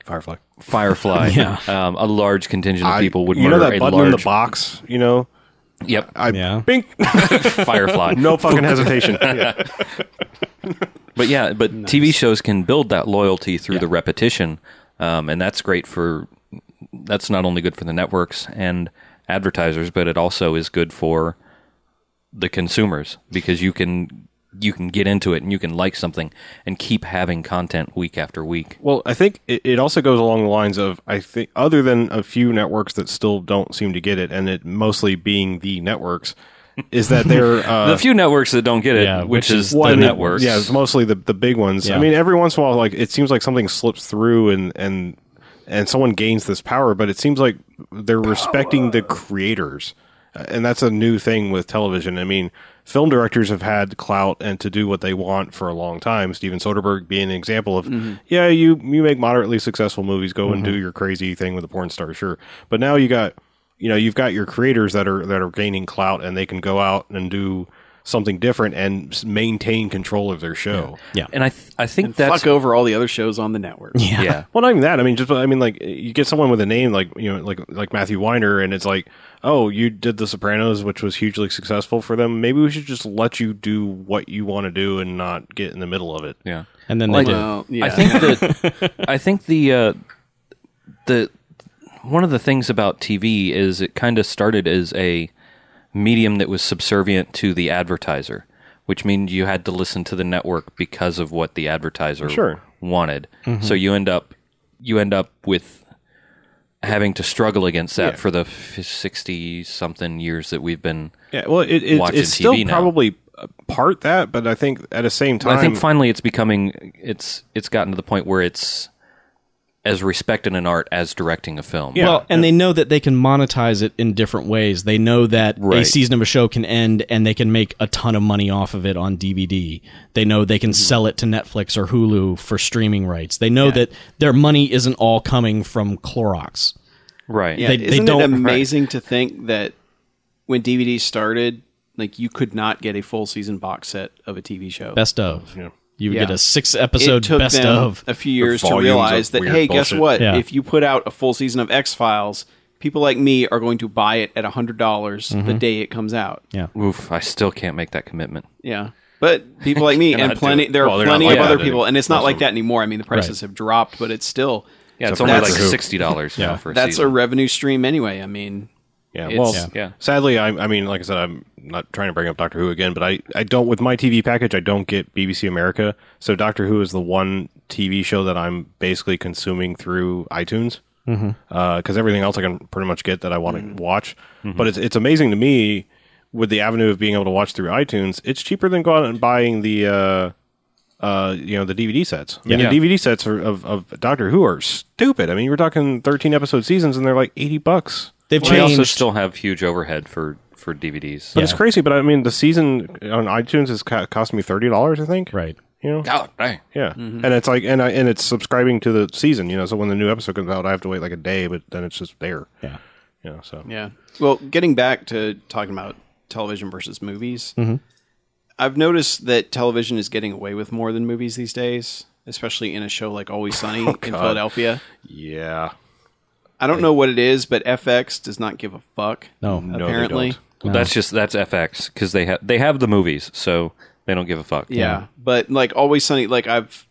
Firefly.
Firefly um, a large contingent of people would
you
murder
know that
a
button
large
in the box. You know,
yep
I
Yeah.
bink.
Firefly
No fucking hesitation. Yeah.
But yeah, but TV shows can build that loyalty through the repetition, um, and that's great for. That's not only good for the networks and advertisers, but it also is good for the consumers because you can you can get into it and you can like something and keep having content week after week.
Well, I think it, it also goes along the lines of I think other than a few networks that still don't seem to get it, and it mostly being the networks, is that they're uh,
the few networks that don't get it,
yeah,
which,
which
is,
is
the
Well, I mean,
networks,
Yeah, it's mostly the the big ones. I
Yeah.
mean, every once in a while, like it seems like something slips through and and and someone gains this power, but it seems like they're respecting the creators, Uh, and that's a new thing with television. I mean, film directors have had clout and to do what they want for a long time. Steven Soderbergh being an example of, yeah, you you make moderately successful movies, go and do your crazy thing with a porn star, sure, but now you got. You know, you've got your creators that are that are gaining clout, and they can go out and do something different and s- maintain control of their show.
Yeah.
and I th- I think that's
Fuck over all the other shows on the network.
yeah.
Well, not even that. I mean, just I mean, like you get someone with a name like you know, like like Matthew Weiner, and it's like, oh, you did The Sopranos, which was hugely successful for them. Maybe we should just let you do what you want to do and not get in the middle of it.
yeah.
And then
Like-
they did.
Well, yeah.
I think that I think the uh, the one of the things about TV is it kind of started as a medium that was subservient to the advertiser, which means you had to listen to the network because of what the advertiser
Sure.
wanted.
Mm-hmm.
So you end up you end up with having to struggle against that for the sixty something years that we've been.
Yeah. Well, it, it
Watching
it's still
TV now.
probably uh, part that, but I think at the same time,
I think finally it's becoming it's it's gotten to the point where it's as respected an art as directing a film.
Yeah.
Well, and they know that they can monetize it in different ways. They know that a
Right.
season of a show can end and they can make a ton of money off of it on DVD. They know they can sell it to Netflix or Hulu for streaming rights. They know that their money isn't all coming from Clorox.
Right.
yeah.
they- they
Isn't
don't-
it amazing to think that when DVDs started, like you could not get a full season box set of a TV show.
Best of. You would get
Yeah.
a six episode best
them
of.
a few years to
volumes of
realize that
weird
hey guess
bullshit.
what
Yeah.
if you put out a full season of x files people like me are going to buy it at $100 dollars the day it comes out
Mm-hmm. Yeah.
Oof, I still can't make that commitment.
yeah but people like me and
Cannot do
plenty
it.
there are
Well, they're not
plenty
like
of
that
other
anymore.
people and it's not
Most
like
of
that anymore i mean the prices have dropped but it's still
Yeah, it's
So
only like
that's who?
sixty dollars now for a
that's a
season.
revenue stream anyway i mean
Yeah,
It's-
well,
Yeah.
Yeah.
Sadly, I, I mean, like I said, I'm not trying to bring up Doctor Who again, but I, I don't with my TV package, I don't get BBC America, so Doctor Who is the one TV show that I'm basically consuming through iTunes, because everything else I can pretty much get that I want to watch. But it's it's amazing to me with the avenue of being able to watch through iTunes, it's cheaper than going out and buying the. Uh, uh, you know the DVD sets. I mean,
Yeah.
the DVD sets are, of of Doctor Who are stupid. I mean, you were talking thirteen episode seasons, and they're like eighty bucks.
They've
They also
changed.
still have huge overhead for for DVDs.
But it's crazy. But I mean, the season on iTunes has co- cost me thirty dollars, I think.
Right.
You know.
God, Oh, dang.
Yeah.
Mm-hmm.
And it's like, and I, and it's subscribing to the season. You know, so when the new episode comes out, I have to wait like a day, but then it's just there.
Yeah.
You know. So
Yeah. Well, getting back to talking about television versus movies, I've noticed that television is getting away with more than movies these days, especially in a show like Always Sunny in Philadelphia.
yeah.
I don't know what it is, but FX does not give a fuck.
No.
they
apparently.
don't.
Well, That's just that's FX because they have they have the movies, so they don't give a fuck.
Yeah. But like Always Sunny, like I've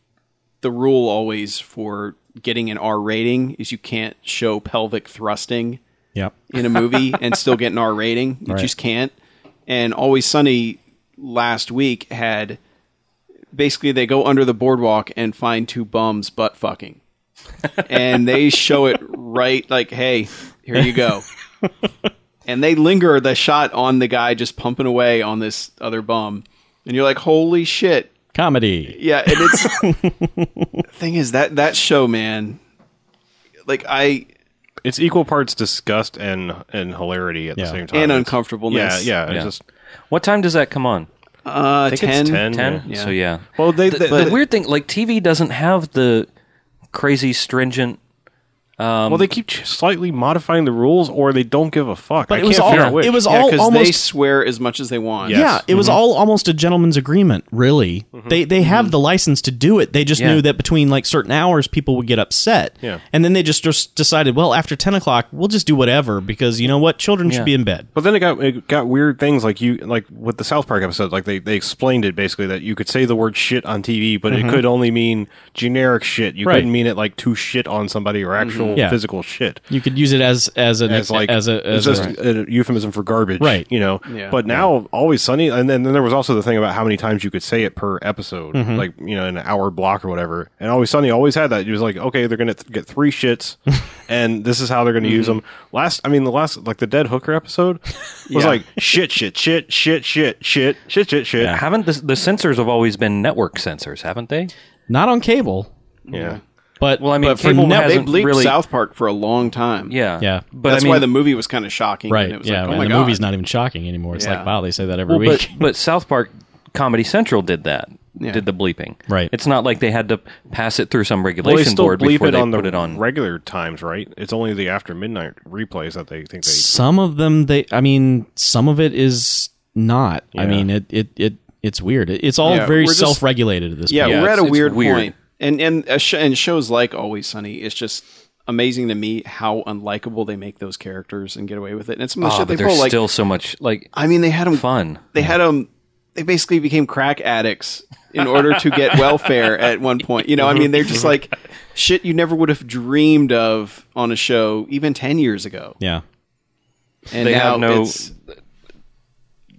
the rule always for getting an R rating is you can't show pelvic thrusting
Yep.
in a movie and still get an R rating. You
Right.
just can't. And Always Sunny last week had basically they go under the boardwalk and find two bums butt fucking. and they show it right like, hey, here you go. and they linger the shot on the guy just pumping away on this other bum. And you're like, holy shit.
Comedy.
Yeah, and it's thing is that that show, man. Like I
It's equal parts disgust and and hilarity at the
Yeah.
same time.
and
It's- Yeah.
uncomfortableness.
Yeah. it's
Yeah.
Just
What time does that come on?
Uh,
I think it's ten.
10,
Ten.
yeah.
So yeah.
Well, they,
the,
they-
the
they-
weird thing, like TV doesn't have the crazy stringent.
um,
well, they keep ch- slightly modifying the rules, or they don't give a fuck.
But
I
it was
can't
all.
figure out which.
It was
Yeah,
all
because they
almost.
swear as much as they want.
Yes.
Yeah, it
Mm-hmm.
was all almost a gentleman's agreement, really. They they have the license to do it. They just
Yeah.
knew that between like certain hours, people would get upset.
Yeah.
and then they just just decided, well, after ten o'clock, we'll just do whatever because you know what, children
Yeah.
should be in bed.
But then it got it got weird things like you like with the South Park episode, like they, they explained it basically that you could say the word shit on TV, but it could only mean generic shit. You
Mm-hmm. Right. Mm-hmm.
couldn't mean it like to shit on somebody or actual
Yeah.
physical shit.
You could use it as as an
As like
as a as
it's
a,
just a euphemism for garbage,
Right.
You know.
Yeah.
But now always sunny, and then, then there was also the thing about how many times you could say it per episode, like you know, in an hour block or whatever. And always sunny always had that. It was like, okay, they're gonna th- get three shits, and this is how they're gonna use them. Last, I mean, the last like the dead hooker episode was like shit, shit, shit, shit, shit, shit, shit, shit, shit. Yeah.
Haven't the, the censors have always been network censors, haven't they?
not on cable, but
Well, I mean,
but for
cable
net-
They
hasn't-
bleeped
really-
South Park for a long time.
Yeah.
Yeah.
But
that's
I mean,
why the movie was kind of shocking.
right?
and it was
yeah,
like, oh
and
my
the
God.
movie's not even shocking anymore. It's
Yeah.
like wow, they say that every
Well,
week.
but, but South Park Comedy Central did that. Did the bleeping?
Right.
It's not like they had to pass it through some
Well, they
regulation
still
board
bleep
before
it
they
on the
put it on.
regular times, right? It's only the after midnight replays that they think they.
some of them they i mean some of it is not i
Yeah.
mean it it, it it's weird It- it's all
Yeah,
very
we're just-
self-regulated at this
Yeah,
point
Yeah,
we're at
it's-
a
it's
weird,
weird.
point. And and a sh- and shows like Always Sunny, it's just amazing to me how unlikable they make those characters and get away with it. And it's some of the
Oh,
shit
but
they
there's
pull. Like
still so much like
I mean, they had them
fun.
They had them. They basically became crack addicts in order to get welfare at one point. You know, I mean, they're just like shit you never would have dreamed of on a show even ten years ago.
yeah
And
They
now
have no-
it's-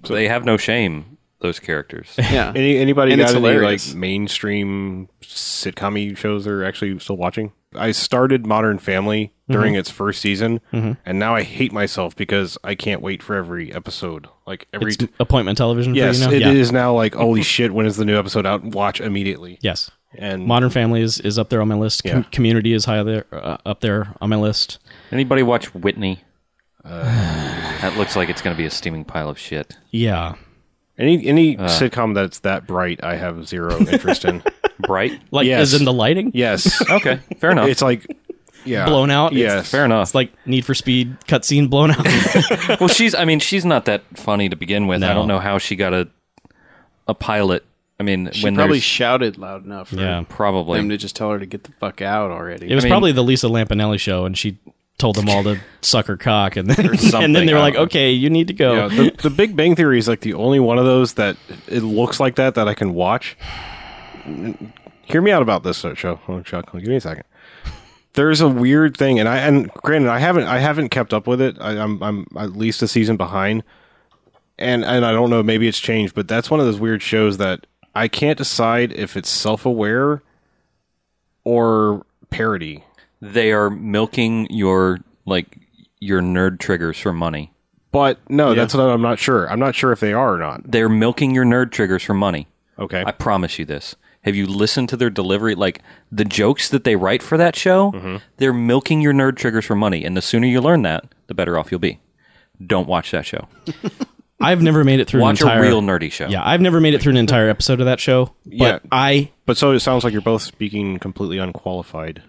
They have no shame. Those characters.
yeah.
Any, anybody
And
got
it's
any
hilarious.
like mainstream sitcom shows they're actually still watching? I started Modern Family during its first season, and now I hate myself because I can't wait for every episode. Like every
it's appointment television
yes,
for you
it
now?
is
yeah.
now like holy shit, when is the new episode out? Watch immediately.
yes
and
modern family is, is up there on my list Com-
Yeah.
community is high there uh, up there on my list
Anybody watch Whitney?
Uh,
that looks like it's going to be a steaming pile of shit.
yeah
any any sitcom that's that bright, I have zero interest in.
Bright.
like
Yes.
as in the lighting
Yes,
Okay, fair enough.
it's like yeah,
blown out
Yes,
it's,
Oh. fair enough.
it's like need for speed cutscene blown out
well, she's. I mean, she's not that funny to begin with. I
No.
don't know how she got a a pilot. I mean,
She
when
probably
there's-
shouted loud enough. For
yeah
probably.
Them to just tell her to get the fuck out already.
it was
mean-
probably the lisa lampanelli show and she told them all to suck her cock and then, and
something,
then they
I
were like
don't know.
okay you need to go
Yeah, the, the Big Bang Theory is like the only one of those that it looks like that that I can watch. Hear me out about this uh, show, oh, Chuck. Give me a second. There's a weird thing, and I and granted, I haven't I haven't kept up with it. I, I'm I'm at least a season behind, and and I don't know. Maybe it's changed, but that's one of those weird shows that I can't decide if it's self aware or parody.
they are milking your like your nerd triggers for money.
But no, that's what I'm not sure. I'm not sure if they are or not.
They're milking your nerd triggers for money.
Okay,
I promise you this. Have you listened to their delivery? Like the jokes that they write for
Mm-hmm.
that show, they're milking your nerd triggers for money. And the sooner you learn that, the better off you'll be. don't watch that show.
I've never made it through
Watch
an entire
a real nerdy show.
Yeah, I've never made it through an entire episode of that show. But
Yeah.
I
But so it sounds like you're both speaking completely unqualified.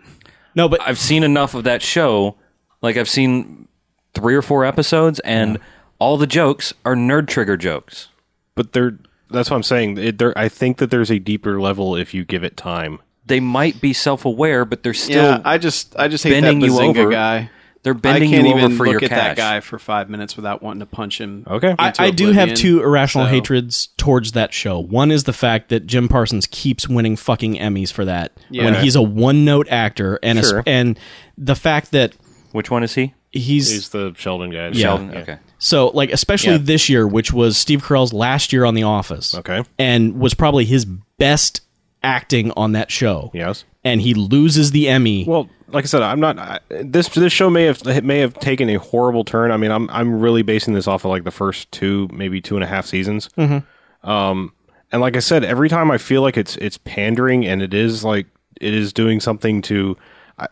no, but
I've seen enough of that show. Like I've seen three or four episodes, and all the jokes are nerd trigger jokes.
But they're that's what I'm saying. It, there, I think that there's a deeper level if you give it time.
They might be self-aware, but they're still
yeah, I just I just hate that
bending you
Bazinga
over.
guy.
they're bending
I can't
you over
even
for
look
your
at
cash.
that guy for five minutes without wanting to punch him.
Okay.
I,
into
I do have
oblivion.
two irrational
So-
hatreds towards that show. One is the fact that Jim Parsons keeps winning fucking Emmys for that when
Yeah.
he's a one note actor, and a,
Sure.
sp- and the fact that
Which one is he?
he's,
He's the Sheldon guy.
Sheldon,
Okay.
so like especially
Yeah.
this year, which was Steve Carell's last year on The Office,
Okay.
and was probably his best acting on that show.
Yes.
and he loses the Emmy.
Well, like I said, I'm not. I, this this show may have it may have taken a horrible turn. I mean, I'm I'm really basing this off of like the first two, maybe two and a half seasons. Mm-hmm. Um, and like I said, every time I feel like it's it's pandering, and it is like it is doing something to uh,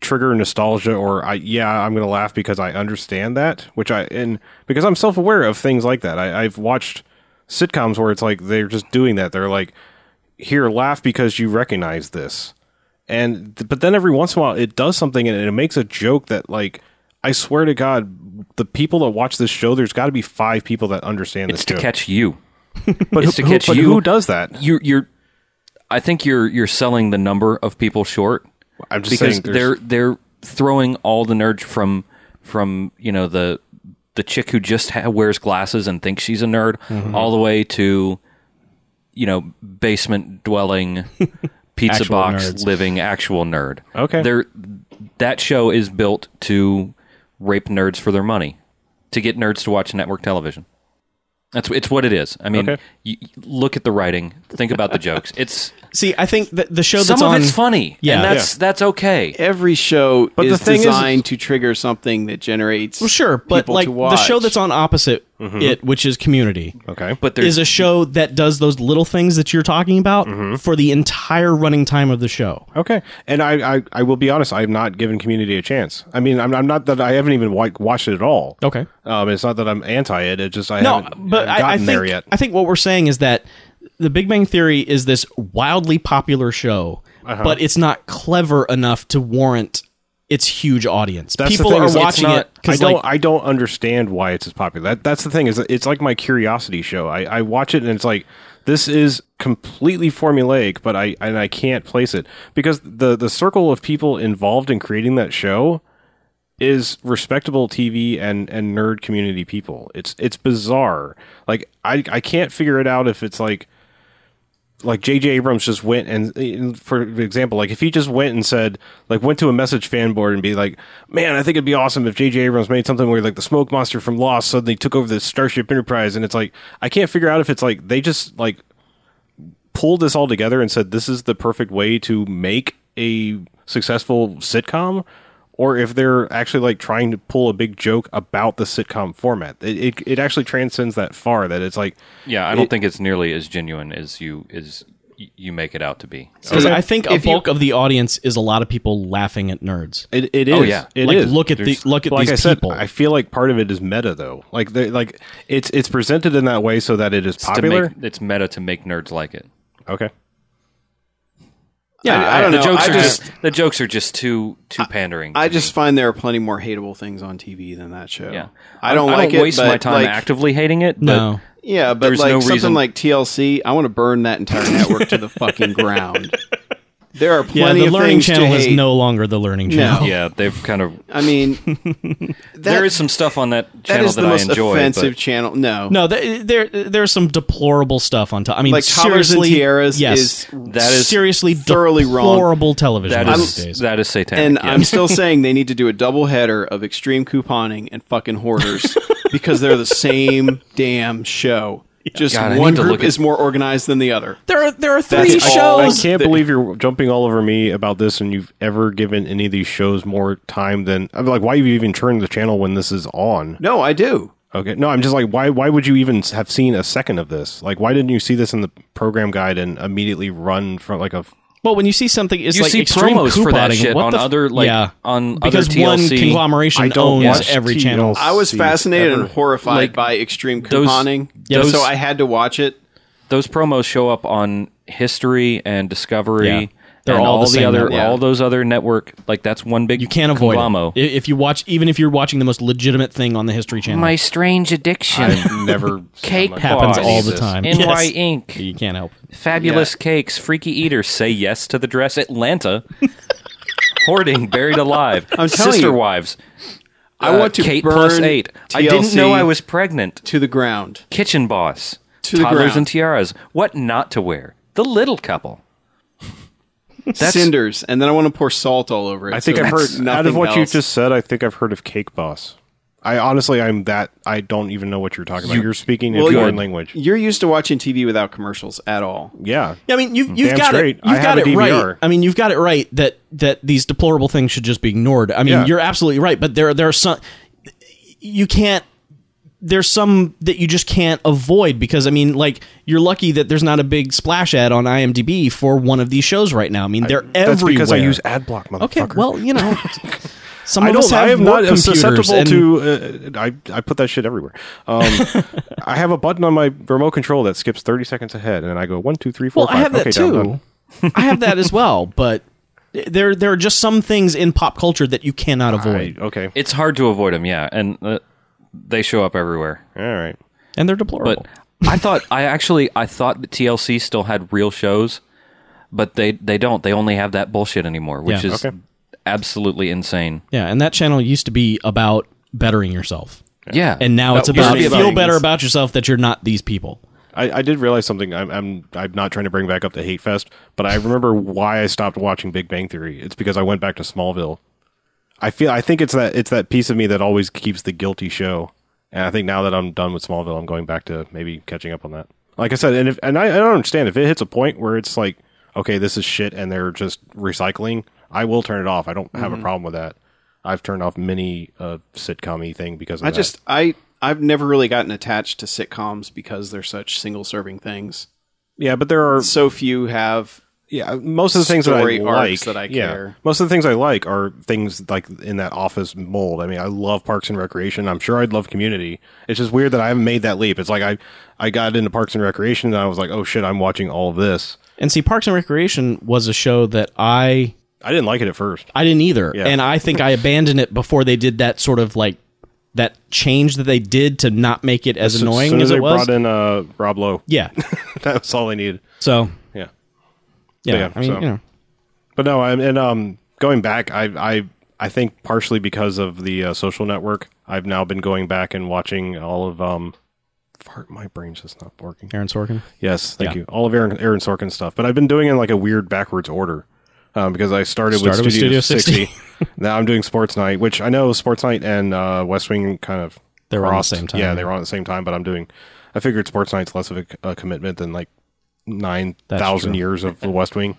trigger nostalgia, or I yeah, I'm gonna laugh because I understand that, which I and because I'm self aware of things like that. I, I've watched sitcoms where it's like they're just doing that. They're like, here, laugh because you recognize this and th- but then every once in a while it does something and it makes a joke that like I swear to God, the people that watch this show, there's got to be five people that understand
It's
this
to
joke.
catch you.
but
it's
who,
to catch
who, but
you.
who does that?
You're you're. I think you're you're selling the number of people short
I'm just
because
saying. there's-
they're they're throwing all the nerds from from you know the the chick who just ha- wears glasses and thinks she's a nerd all the way to you know basement dwelling pizza
Actual
box
nerds.
living actual nerd.
Okay.
They're, that show is built to rape nerds for their money to get nerds to watch network television. That's it's what it is. I mean,
Okay.
you, you look at the writing, think about the jokes. It's
See, I think that the show that's
some of
on
it's funny,
Yeah.
and that's that's okay.
Every show
But
is
the thing is-
designed to trigger something that generates.
Well, sure, but
people
like
to
the show
watch.
that's on opposite it, which is Community,
okay,
But there's
is a show that does those little things that you're talking about for the entire running time of the show.
okay, and I, I I will be honest, I've not given Community a chance. I mean, I'm, I'm not that I haven't even like watched it at all.
Okay.
Um, it's not that I'm anti it. It just I
No,
haven't
but
gotten
I, I think
there yet.
I think what we're saying is that the Big Bang Theory is this wildly popular show, but it's not clever enough to warrant its huge audience.
That's the
People
thing
are
is it's
watching
not-
it
I
because
don't.
like
I don't understand why it's as popular. That, that's the thing is it's like my curiosity show. I, I watch it and it's like this is completely formulaic, but I and I can't place it because the the circle of people involved in creating that show is respectable TV and and nerd community people. It's it's bizarre. Like I I can't figure it out if it's like like J.J. Abrams just went and, for example, like if he just went and said, like, went to a message fan board and be like, man, I think it'd be awesome if J.J. Abrams made something where like the smoke monster from Lost suddenly took over the Starship Enterprise, and it's like I can't figure out if it's like they just like pulled this all together and said this is the perfect way to make a successful sitcom, or if they're actually like trying to pull a big joke about the sitcom format. It it, it actually transcends that far. That it's like
yeah, I don't
it-
think it's nearly as genuine as you is you make it out to be.
because I think a
If you-
bulk of the audience is a lot of people laughing at nerds.
it, it is.
Oh, yeah.
it
like
is.
look at the
There's-
look at
like
these
I said,
people.
I feel like part of it is meta though. Like they like it's it's presented in that way so that it is
It's to make-
popular.
it's meta to make nerds like it.
okay.
yeah, I, don't
the
know.
jokes
I
are
just,
just the jokes are just too too pandering.
I
to
just
me.
find there are plenty more hateable things on TV than that show.
yeah.
I don't like it.
waste
but
my time
like,
actively hating it.
no,
Yeah, but
There's
like
no
something
reason-
like TLC, I want to burn that entire network to the fucking ground. There are
yeah,
plenty
the
of
learning
things to
channel is
hate.
no longer the learning channel.
But, yeah, they've kind of.
I mean, that,
there is some stuff on that
that
channel
is
that,
the most
I enjoy.
offensive
but
channel. No,
No, th- there there's some deplorable stuff on top. I mean,
like Toddlers and
seriously,
Tiaras
yes,
is
that is
seriously
thoroughly wrong.
deplorable television
that
these
is
days.
that is satanic.
and
yeah.
I'm still saying they need to do a double header of extreme couponing and fucking hoarders because they're the same damn show. Just
God, I
one
need to
group
look at-
is more organized than the other.
there are there are
That's
three
all
I
shows.
can't believe you're jumping all over me about this, and you've ever given any of these shows more time than I'm like. Why you even turned the channel when this is on?
No, I do.
Okay, no, I'm just like, why? Why would you even have seen a second of this? Like, why didn't you see this in the program guide and immediately run from like a
Well, when you see something, it's
You
like
see
extreme
promos for that
couponing.
shit
What
on
the f-
other, like,
yeah.
on other
because one
TLC.
conglomeration
I don't
owns
watch
every
TLC.
channel.
I was
See,
fascinated
ever.
and horrified
Like,
by extreme
those-
couponing,
Yeah,
so
those-
I had to watch it.
those promos show up on History and Discovery.
Yeah. They're
and
all the same
other,
network.
all those other network. Like that's one big.
You can't avoid
conglomo.
it. I- If you watch, even if you're watching the most legitimate thing on the History Channel,
My strange addiction.
I've never
Cake
seen my
happens
"Oh,
boss.
all the
Jesus.
time.
NY
Yes.
Inc.
You can't help. it.
Fabulous cakes, freaky eater, say yes to the dress, Atlanta, hoarding, buried alive,
I'm telling
sister
you.
wives.
I want to
Uh, Kate
burn
plus eight. I didn't
TLC
know I was pregnant.
to the ground.
Kitchen boss,
To the
toddlers
ground.
and tiaras. What not to wear? The little couple. That's
Cinders, and then I want to pour salt all over it.
I think
so
I've
it's
heard out
nothing
of what you
else.
just said. I think I've heard of Cake Boss. I honestly, I'm that. I don't even know what you're talking about. You, are speaking in
Well,
foreign
you're-
language.
You're used to watching TV without commercials at all.
yeah,
Yeah, I mean, you've you've
Damn
got
straight.
it. You've
I
got
have a
it
DVR.
right. I mean, you've got it right that that these deplorable things should just be ignored. I mean,
Yeah.
you're absolutely right, but there there are some you can't. There's some that you just can't avoid because I mean, like you're lucky that there's not a big splash ad on IMDb for one of these shows right now. I mean, they're everywhere.
that's because I use AdBlock, motherfucker.
Okay, well, you know, some
I
of
don't.
us have
I am not
work
I'm
computers
susceptible
and-
to. Uh, I I put that shit everywhere. Um, I have a button on my remote control that skips 30 seconds ahead, and then I go one, two, three, four,
Well,
five.
I have that
okay, down, done.
too. I have that as well, but there there are just some things in pop culture that you cannot avoid,
I- okay,
it's hard to avoid them. Yeah, and uh, they show up everywhere.
all right.
and they're deplorable.
but I thought I actually I thought that TLC still had real shows, but they they don't. They only have that bullshit anymore, which
Yeah.
is
Okay.
absolutely insane.
yeah, and that channel used to be about bettering yourself,
Yeah,
and now it's
That used
about
to be
feel
about-
better about yourself that you're not these people.
I, I did realize something. I'm, I'm I'm not trying to bring back up the hate fest, but I remember why I stopped watching Big Bang Theory. It's because I went back to Smallville. I feel I think it's that it's that piece of me that always keeps the guilty show, and I think now that I'm done with Smallville, I'm going back to maybe catching up on that. Like I said, and if and I, I don't understand if it hits a point where it's like, okay, this is shit, and they're just recycling. I will turn it off. I don't have a problem with that. I've turned off many uh, sitcom thing because of
I
that.
just I I've never really gotten attached to sitcoms because they're such single serving things.
yeah, but there are
So few have
yeah most of the things that i
story
like
arcs that I
yeah,
care.
most of the things i like are things like in that office mold i mean i love parks and recreation i'm sure i'd love community it's just weird that i haven't made that leap it's like i i got into parks and recreation and i was like oh shit i'm watching all of this
And see, Parks and Recreation was a show that I
i didn't like it at first
I didn't either,
Yeah.
and I think I abandoned it before they did that sort of like that change that they did to not make it as annoying
as soon as,
it
they
was.
brought in uh rob lowe
yeah,
that was all i needed
so
yeah
yeah,
Yeah,
I mean,
so-
you know,
But no, I'm and um going back, I I I think partially because of the uh, social network, I've now been going back and watching all of um. Fart, my brain's just not working.
Aaron Sorkin.
Yes, thank
Yeah.
you. All of Aaron Aaron Sorkin stuff, but I've been doing it in like a weird backwards order. Um, because I started,
Started
with
with
Studio,
Studio
60. now I'm doing Sports Night, which I know Sports Night and uh, West Wing kind of
They were on the
crossed.
same time,
Yeah,
yeah.
they were on at the same time, but I'm doing. I figured Sports Night's less of a, a commitment than like nine thousand
true.
years of the West Wing.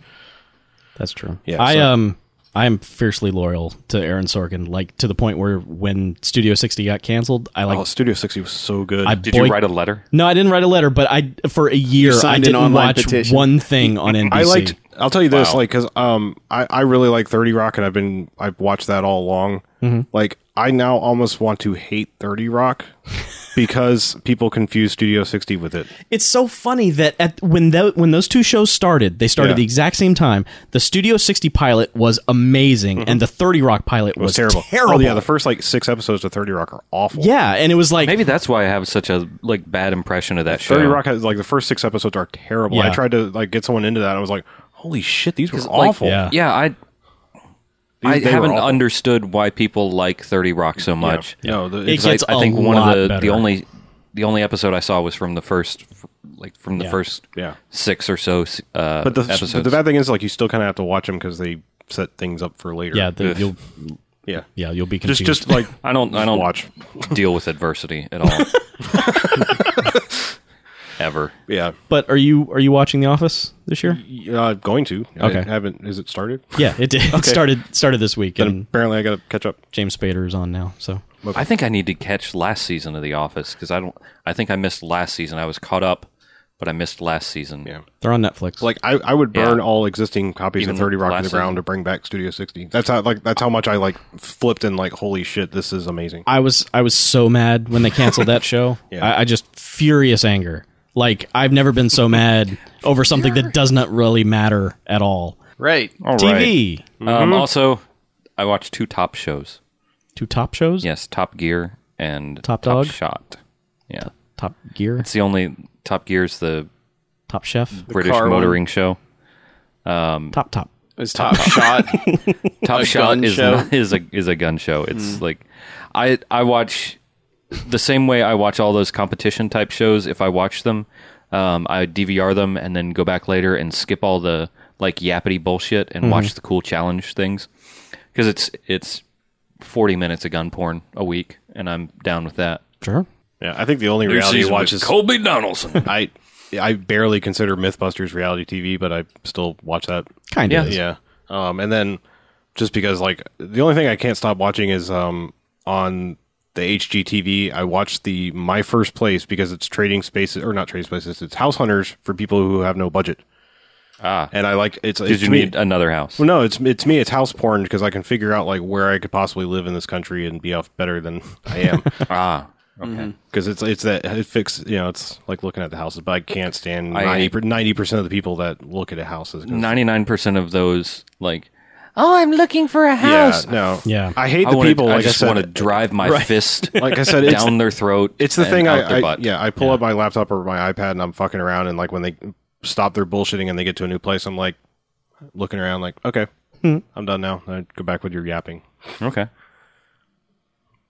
That's true.
Yeah,
I
so-
um I am fiercely loyal to Aaron Sorkin, like to the point where when Studio 60 got canceled, I like
Oh, Studio 60 was so good.
I
Did you write a letter?
No, I didn't write a letter, but I for a year
signed
I
an
didn't
online
watch
petition.
one thing on NBC.
I liked. I'll tell you this, like 'cause like, cause um, I I really like Thirty Rock, and I've been I've watched that all along.
Mm-hmm.
Like, I now almost want to hate Thirty Rock because people confuse Studio sixty with it.
It's so funny that at when tho- when those two shows started, they started
Yeah.
the exact same time. The Studio 60 pilot was amazing, and the 30 Rock pilot
Mm-hmm. It
was,
was terrible.
Terrible.
Oh, yeah, the first like six episodes of Thirty Rock are awful.
yeah, and it was like
Maybe that's why I have such a like bad impression of that show.
Thirty Rock has like the first six episodes are terrible. I
Yeah.
tried to like get someone into that. And I was like, holy shit, these were
Like,
awful.
Yeah.
yeah. I
These-
I
they were
haven't
awful.
understood why people like Thirty Rock so
Yeah.
much.
No, the,
It
it's,
Because I-
gets
I,
a
think one
lot
of the
better.
the only the only episode I saw was from the first like from the first
Yeah.
six or so uh,
but the
episodes.
but the bad thing is like you still kind of have to watch them because they set things up for later.
yeah, the,
Ugh.
you'll
yeah,
yeah, you'll be confused.
Just just like
I don't I don't
watch.
deal with adversity at all. Ever.
yeah.
but are you are you watching The Office this year?
Uh, going to.
Okay.
I haven't. Is it started?
Yeah, it did. It started started this week, and
Apparently, I got to catch up.
James Spader is on now. So
I think I need to catch last season of The Office because I don't. I think I missed last season. I was caught up but I missed last season.
Yeah.
They're on Netflix.
Like I, I would burn
Yeah.
all existing copies
Even
of Thirty Rock to the
last
ground
season?
to bring back Studio 60. That's how like that's how much I like flipped and like holy shit, this is amazing.
I was I was so mad when they canceled that show.
Yeah.
I, I just furious anger. Like I've never been so mad over something that does not really matter at all.
Right.
All
TV. Mm-hmm.
Um, also, I watched two top shows.
Two top shows?
Yes, Top Gear and
Top Dog?
Shot. Yeah,
Top Gear,
it's the only Top Gear's the
Top Chef,
British
car one.
motoring show.
Top Top.
It's top shot.
Top
A
Shot
gun
is
show?
not- is a is a gun show. It's
Hmm.
like I I watch the same way I watch all those competition type shows. If I watch them, um, I DVR them and then go back later and skip all the like yappity bullshit and
Mm-hmm.
watch the cool challenge things because it's it's forty minutes of gun porn a week, and I'm down with that.
Sure.
Yeah, I think the only reality you watch is
Colby Donaldson.
I I barely consider MythBusters reality TV, but I still watch that.
Kind of.
Yeah. Um, and then just because like the only thing I can't stop watching is um on the HGTV I watched the My First Place because it's trading spaces or not trading spaces it's house hunters for people who have no budget. Ah. And I like it's
Did you need uh, another house?
Well, no, it's it's me. It's house porn because I can figure out like where I could possibly live in this country and be off better than I am.
Ah, okay.
Because it's it's that it fix you know it's like looking at the houses, but I can't stand
I-
ninety percent of the people that look at a house as
Ninety nine percent of those like
Oh, I'm looking for a
yeah
house.
no
Yeah.
I hate
I,
the
wanna-
people.
I
Like I
just
said-
want to drive my fist
like I said, it's,
down their throat.
it's the
and
thing.
out their
I, I
butt.
yeah I pull up my laptop or my iPad and I'm fucking around and like when they stop their bullshitting and they get to a new place, I'm like looking around like okay I'm done now. I go back with your yapping.
Okay.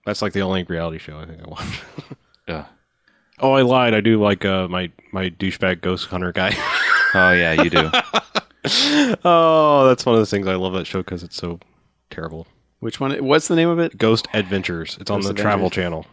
That's like the only reality show I think I watch.
Ugh.
Oh, I lied. I do like uh, my my douchebag ghost hunter guy.
Oh yeah, you do.
oh, that's one of those things. I love that show because it's so terrible.
Which one? What's the name of it?
Ghost Adventures. It's on
Ghost
the
Adventures.
Travel Channel.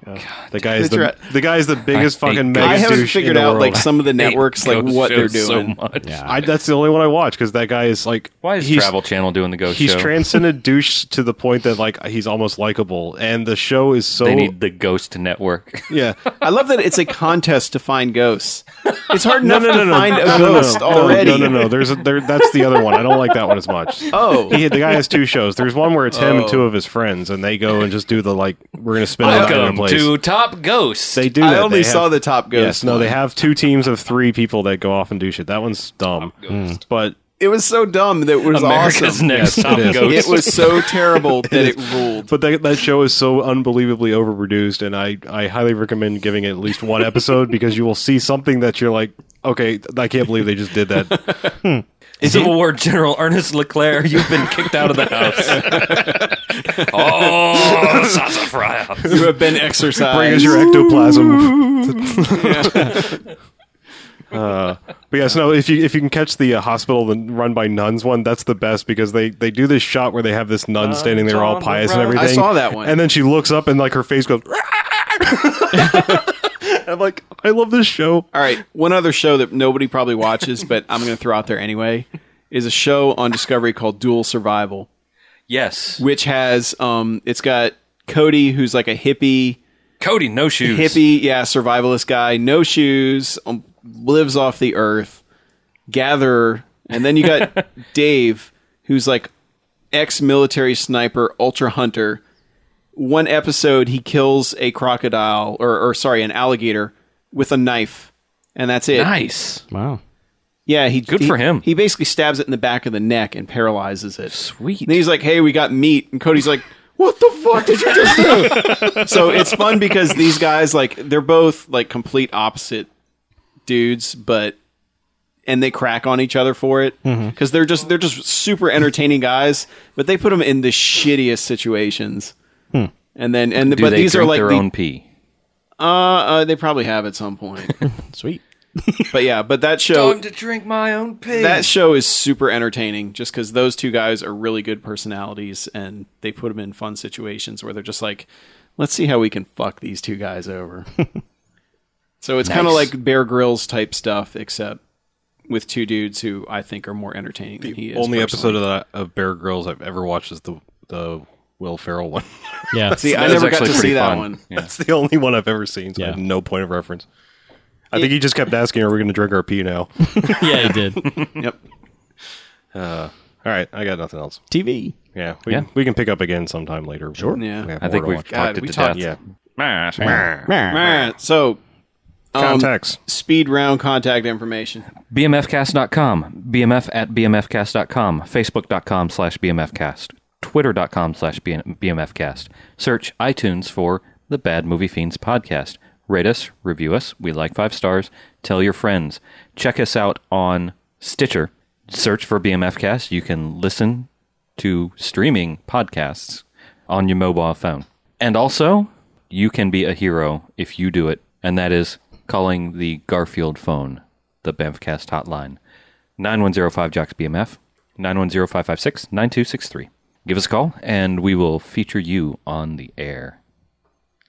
the guy is
That's
the,
right.
the guy is the biggest
I hate
fucking
ghost
mega
I haven't
douche in
figured
the
out
world.
like some of the networks, like
Ghost
what they're
shows
doing.
So much. Yeah.
I, that's the only one I watch because that guy is like.
Why is
he's-
Travel Channel doing the ghost
He's
show?
transcended douche to the point that like he's almost likable, and the show is so
they need the Ghost Network.
yeah.
I love that it's a contest to find ghosts. It's hard enough to find a
No, no, no,
ghost
no,
already.
No, no, no. There's a, there. That's the other one. I don't like that one as much.
Oh,
he, the guy has two shows. There's one where it's him and two of his friends, and they go and just do the like we're gonna spin out in a place.
Top Ghost.
they do.
I
that.
only
They
saw
have-
the Top Ghost.
Yes, no, they have two teams of three people that go off and do shit. That one's dumb, but
It was so dumb that it was
America's
awesome.
next
Yes,
Top
it is.
It
Ghost.
was so terrible that it ruled.
but that that show is so unbelievably overproduced, and I I highly recommend giving it at least one episode because you will see something that you're like, okay, I can't believe they just did that.
Civil War General Ernest LeClaire, you've been kicked out of the house. oh, sassafras.
You have been exercised.
Bring us your ectoplasm. Uh, but yes, no. If you if you can catch the uh, hospital the run by nuns one, that's the best because they they do this shot where they have this nun standing there all pious and everything.
I saw that one.
and then she looks up and like her face goes. I'm like, I love this show.
All right, one other show that nobody probably watches, but I'm going to throw out there anyway, is a show on Discovery called Dual Survival,
Yes.
which has um, it's got Cody, who's like a hippie,
Cody, no shoes.
hippie, yeah, survivalist guy, no shoes, um, lives off the earth, gatherer, and then you got Dave, who's like ex-military sniper, ultra hunter. One episode, he kills a crocodile, or, or sorry, an alligator with a knife, and that's it.
Nice.
Wow.
Yeah, he good
for him.
He basically stabs it in the back of the neck and paralyzes it.
Sweet.
And he's like, "Hey, we got meat," and Cody's like, "What the fuck did you just do?" so it's fun because these guys like they're both like complete opposite dudes, but and they crack on each other for it because
Mm-hmm.
they're just they're just super entertaining guys, but they put them in the shittiest situations. And then and
Hmm. Do
but
they
these
drink
are like
their
the-
own pee?
uh, they probably have at some point.
Sweet.
but yeah, but that show
to drink my own pee.
that show is super entertaining just because those two guys are really good personalities and they put them in fun situations where they're just like let's see how we can fuck these two guys over so it's kind of
Nice.
like bear grylls type stuff except with two dudes who i think are more entertaining than he is
Only
personally.
episode of that of Bear Girls I've ever watched is the the Will Ferrell one.
Yeah.
see i
That was
never got
actually
to
pretty
see that
fun.
one
Yeah.
That's the only one I've ever seen. So I
Yeah.
have no point of reference. I think he just kept asking, "Are we going to drink our pee now?" All
yeah, he did.
Yep.
right, I got nothing else.
TV.
Yeah, we,
Yeah.
we can pick up again sometime later. Sure.
Yeah.
we have
I
more
think
to
we've
watch.
talked
God,
it
we
to
talked-
death.
yeah
All right. So, um,
contacts.
speed round contact information.
BMFcast.com, BMF at BMFcast.com, Facebook.com slash BMFcast, Twitter.com slash BMFcast. Search iTunes for the Bad Movie Fiends Podcast. Rate us, review us. We like five stars. Tell your friends. Check us out on Stitcher. Search for BMFcast. You can listen to streaming podcasts on your mobile phone. And also, you can be a hero if you do it, and that is calling the Garfield phone, the Bamfcast hotline, 9105-JOCKS-BMF, 910556-9263. Give us a call, and we will feature you on the air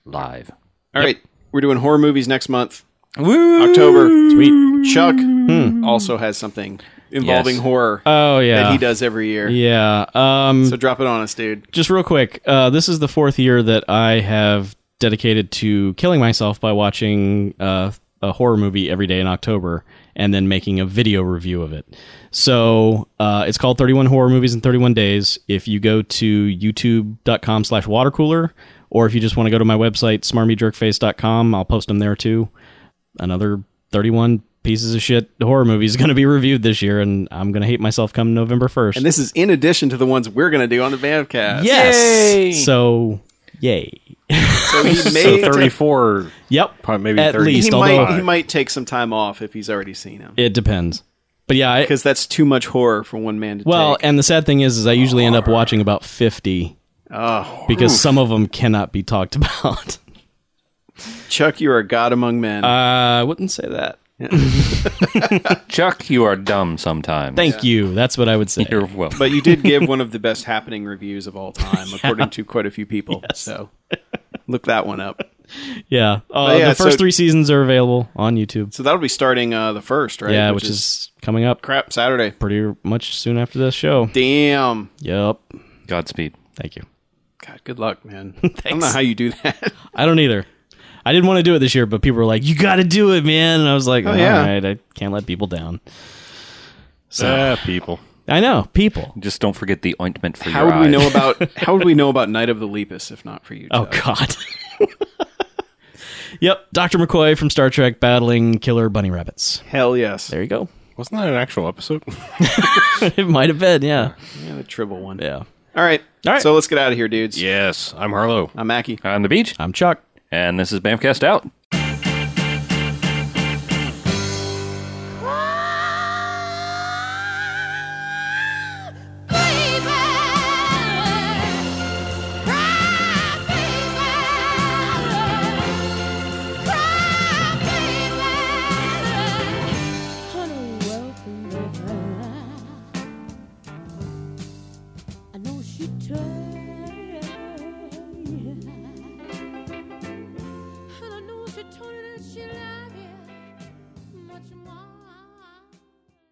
live.
All right. We're doing horror movies next month. October. Sweet. Chuck also has something involving
Yes.
horror
Hmm. Oh yeah.
that he does every year.
Yeah. Um,
So drop it on us, dude.
just real quick, uh, this is the fourth year that I have dedicated to killing myself by watching uh, a horror movie every day in October and then making a video review of it. So uh, it's called 31 Horror Movies in 31 Days. If you go to youtube.com slash watercooler, or if you just want to go to my website, smarmyjerkface.com, I'll post them there too. Another 31 pieces of shit horror movies going to be reviewed this year, and I'm going to hate myself come November 1st.
And this is in addition to the ones we're going to do on the Bamcast.
Yes. So, yay.
So he
So
may
thirty-four,
Yep.
probably maybe
At
30.
least.
he
although-
might he might take some time off if he's already seen him
It depends. But yeah, I,
because that's too much horror for one man to
well,
take.
and the sad thing is, is I usually end up watching about fifty
Oh,
because some of them cannot be talked about.
Chuck, you are a god among men.
Uh, I wouldn't say that.
Chuck, you are dumb sometimes.
Thank you. That's what I would say.
You're welcome.
but you did give one of the best happening reviews of all time, according to quite a few people. So look that one up.
Yeah. Uh,
yeah,
the first
so-
three seasons are available on YouTube.
So that'll be starting uh, the first, right?
yeah, which, is, coming up
crap Saturday.
pretty much soon after this show.
Damn.
Yep.
Godspeed.
Thank you.
God, good luck, man. I don't know how you do that.
I don't either. I didn't want to do it this year, but people were like, "You got to do it, man," and I was like, "All right,
Oh, yeah.
I can't let people down."
Ah, people.
I know people.
Just don't forget the ointment for
How
your
would we
eyes.
know about how would we know about Night of the Lepus if not for you?
Oh
Chuck?
God. yep, Doctor McCoy from Star Trek battling killer bunny rabbits.
Hell yes.
There you go.
Wasn't that an actual episode?
it might have been, yeah,
Yeah, the triple one.
yeah.
All right.
All right.
So let's get out of here, dudes.
yes. I'm Harlow.
I'm Mackie.
On the beach,
I'm Chuck.
and this is Bamcast out.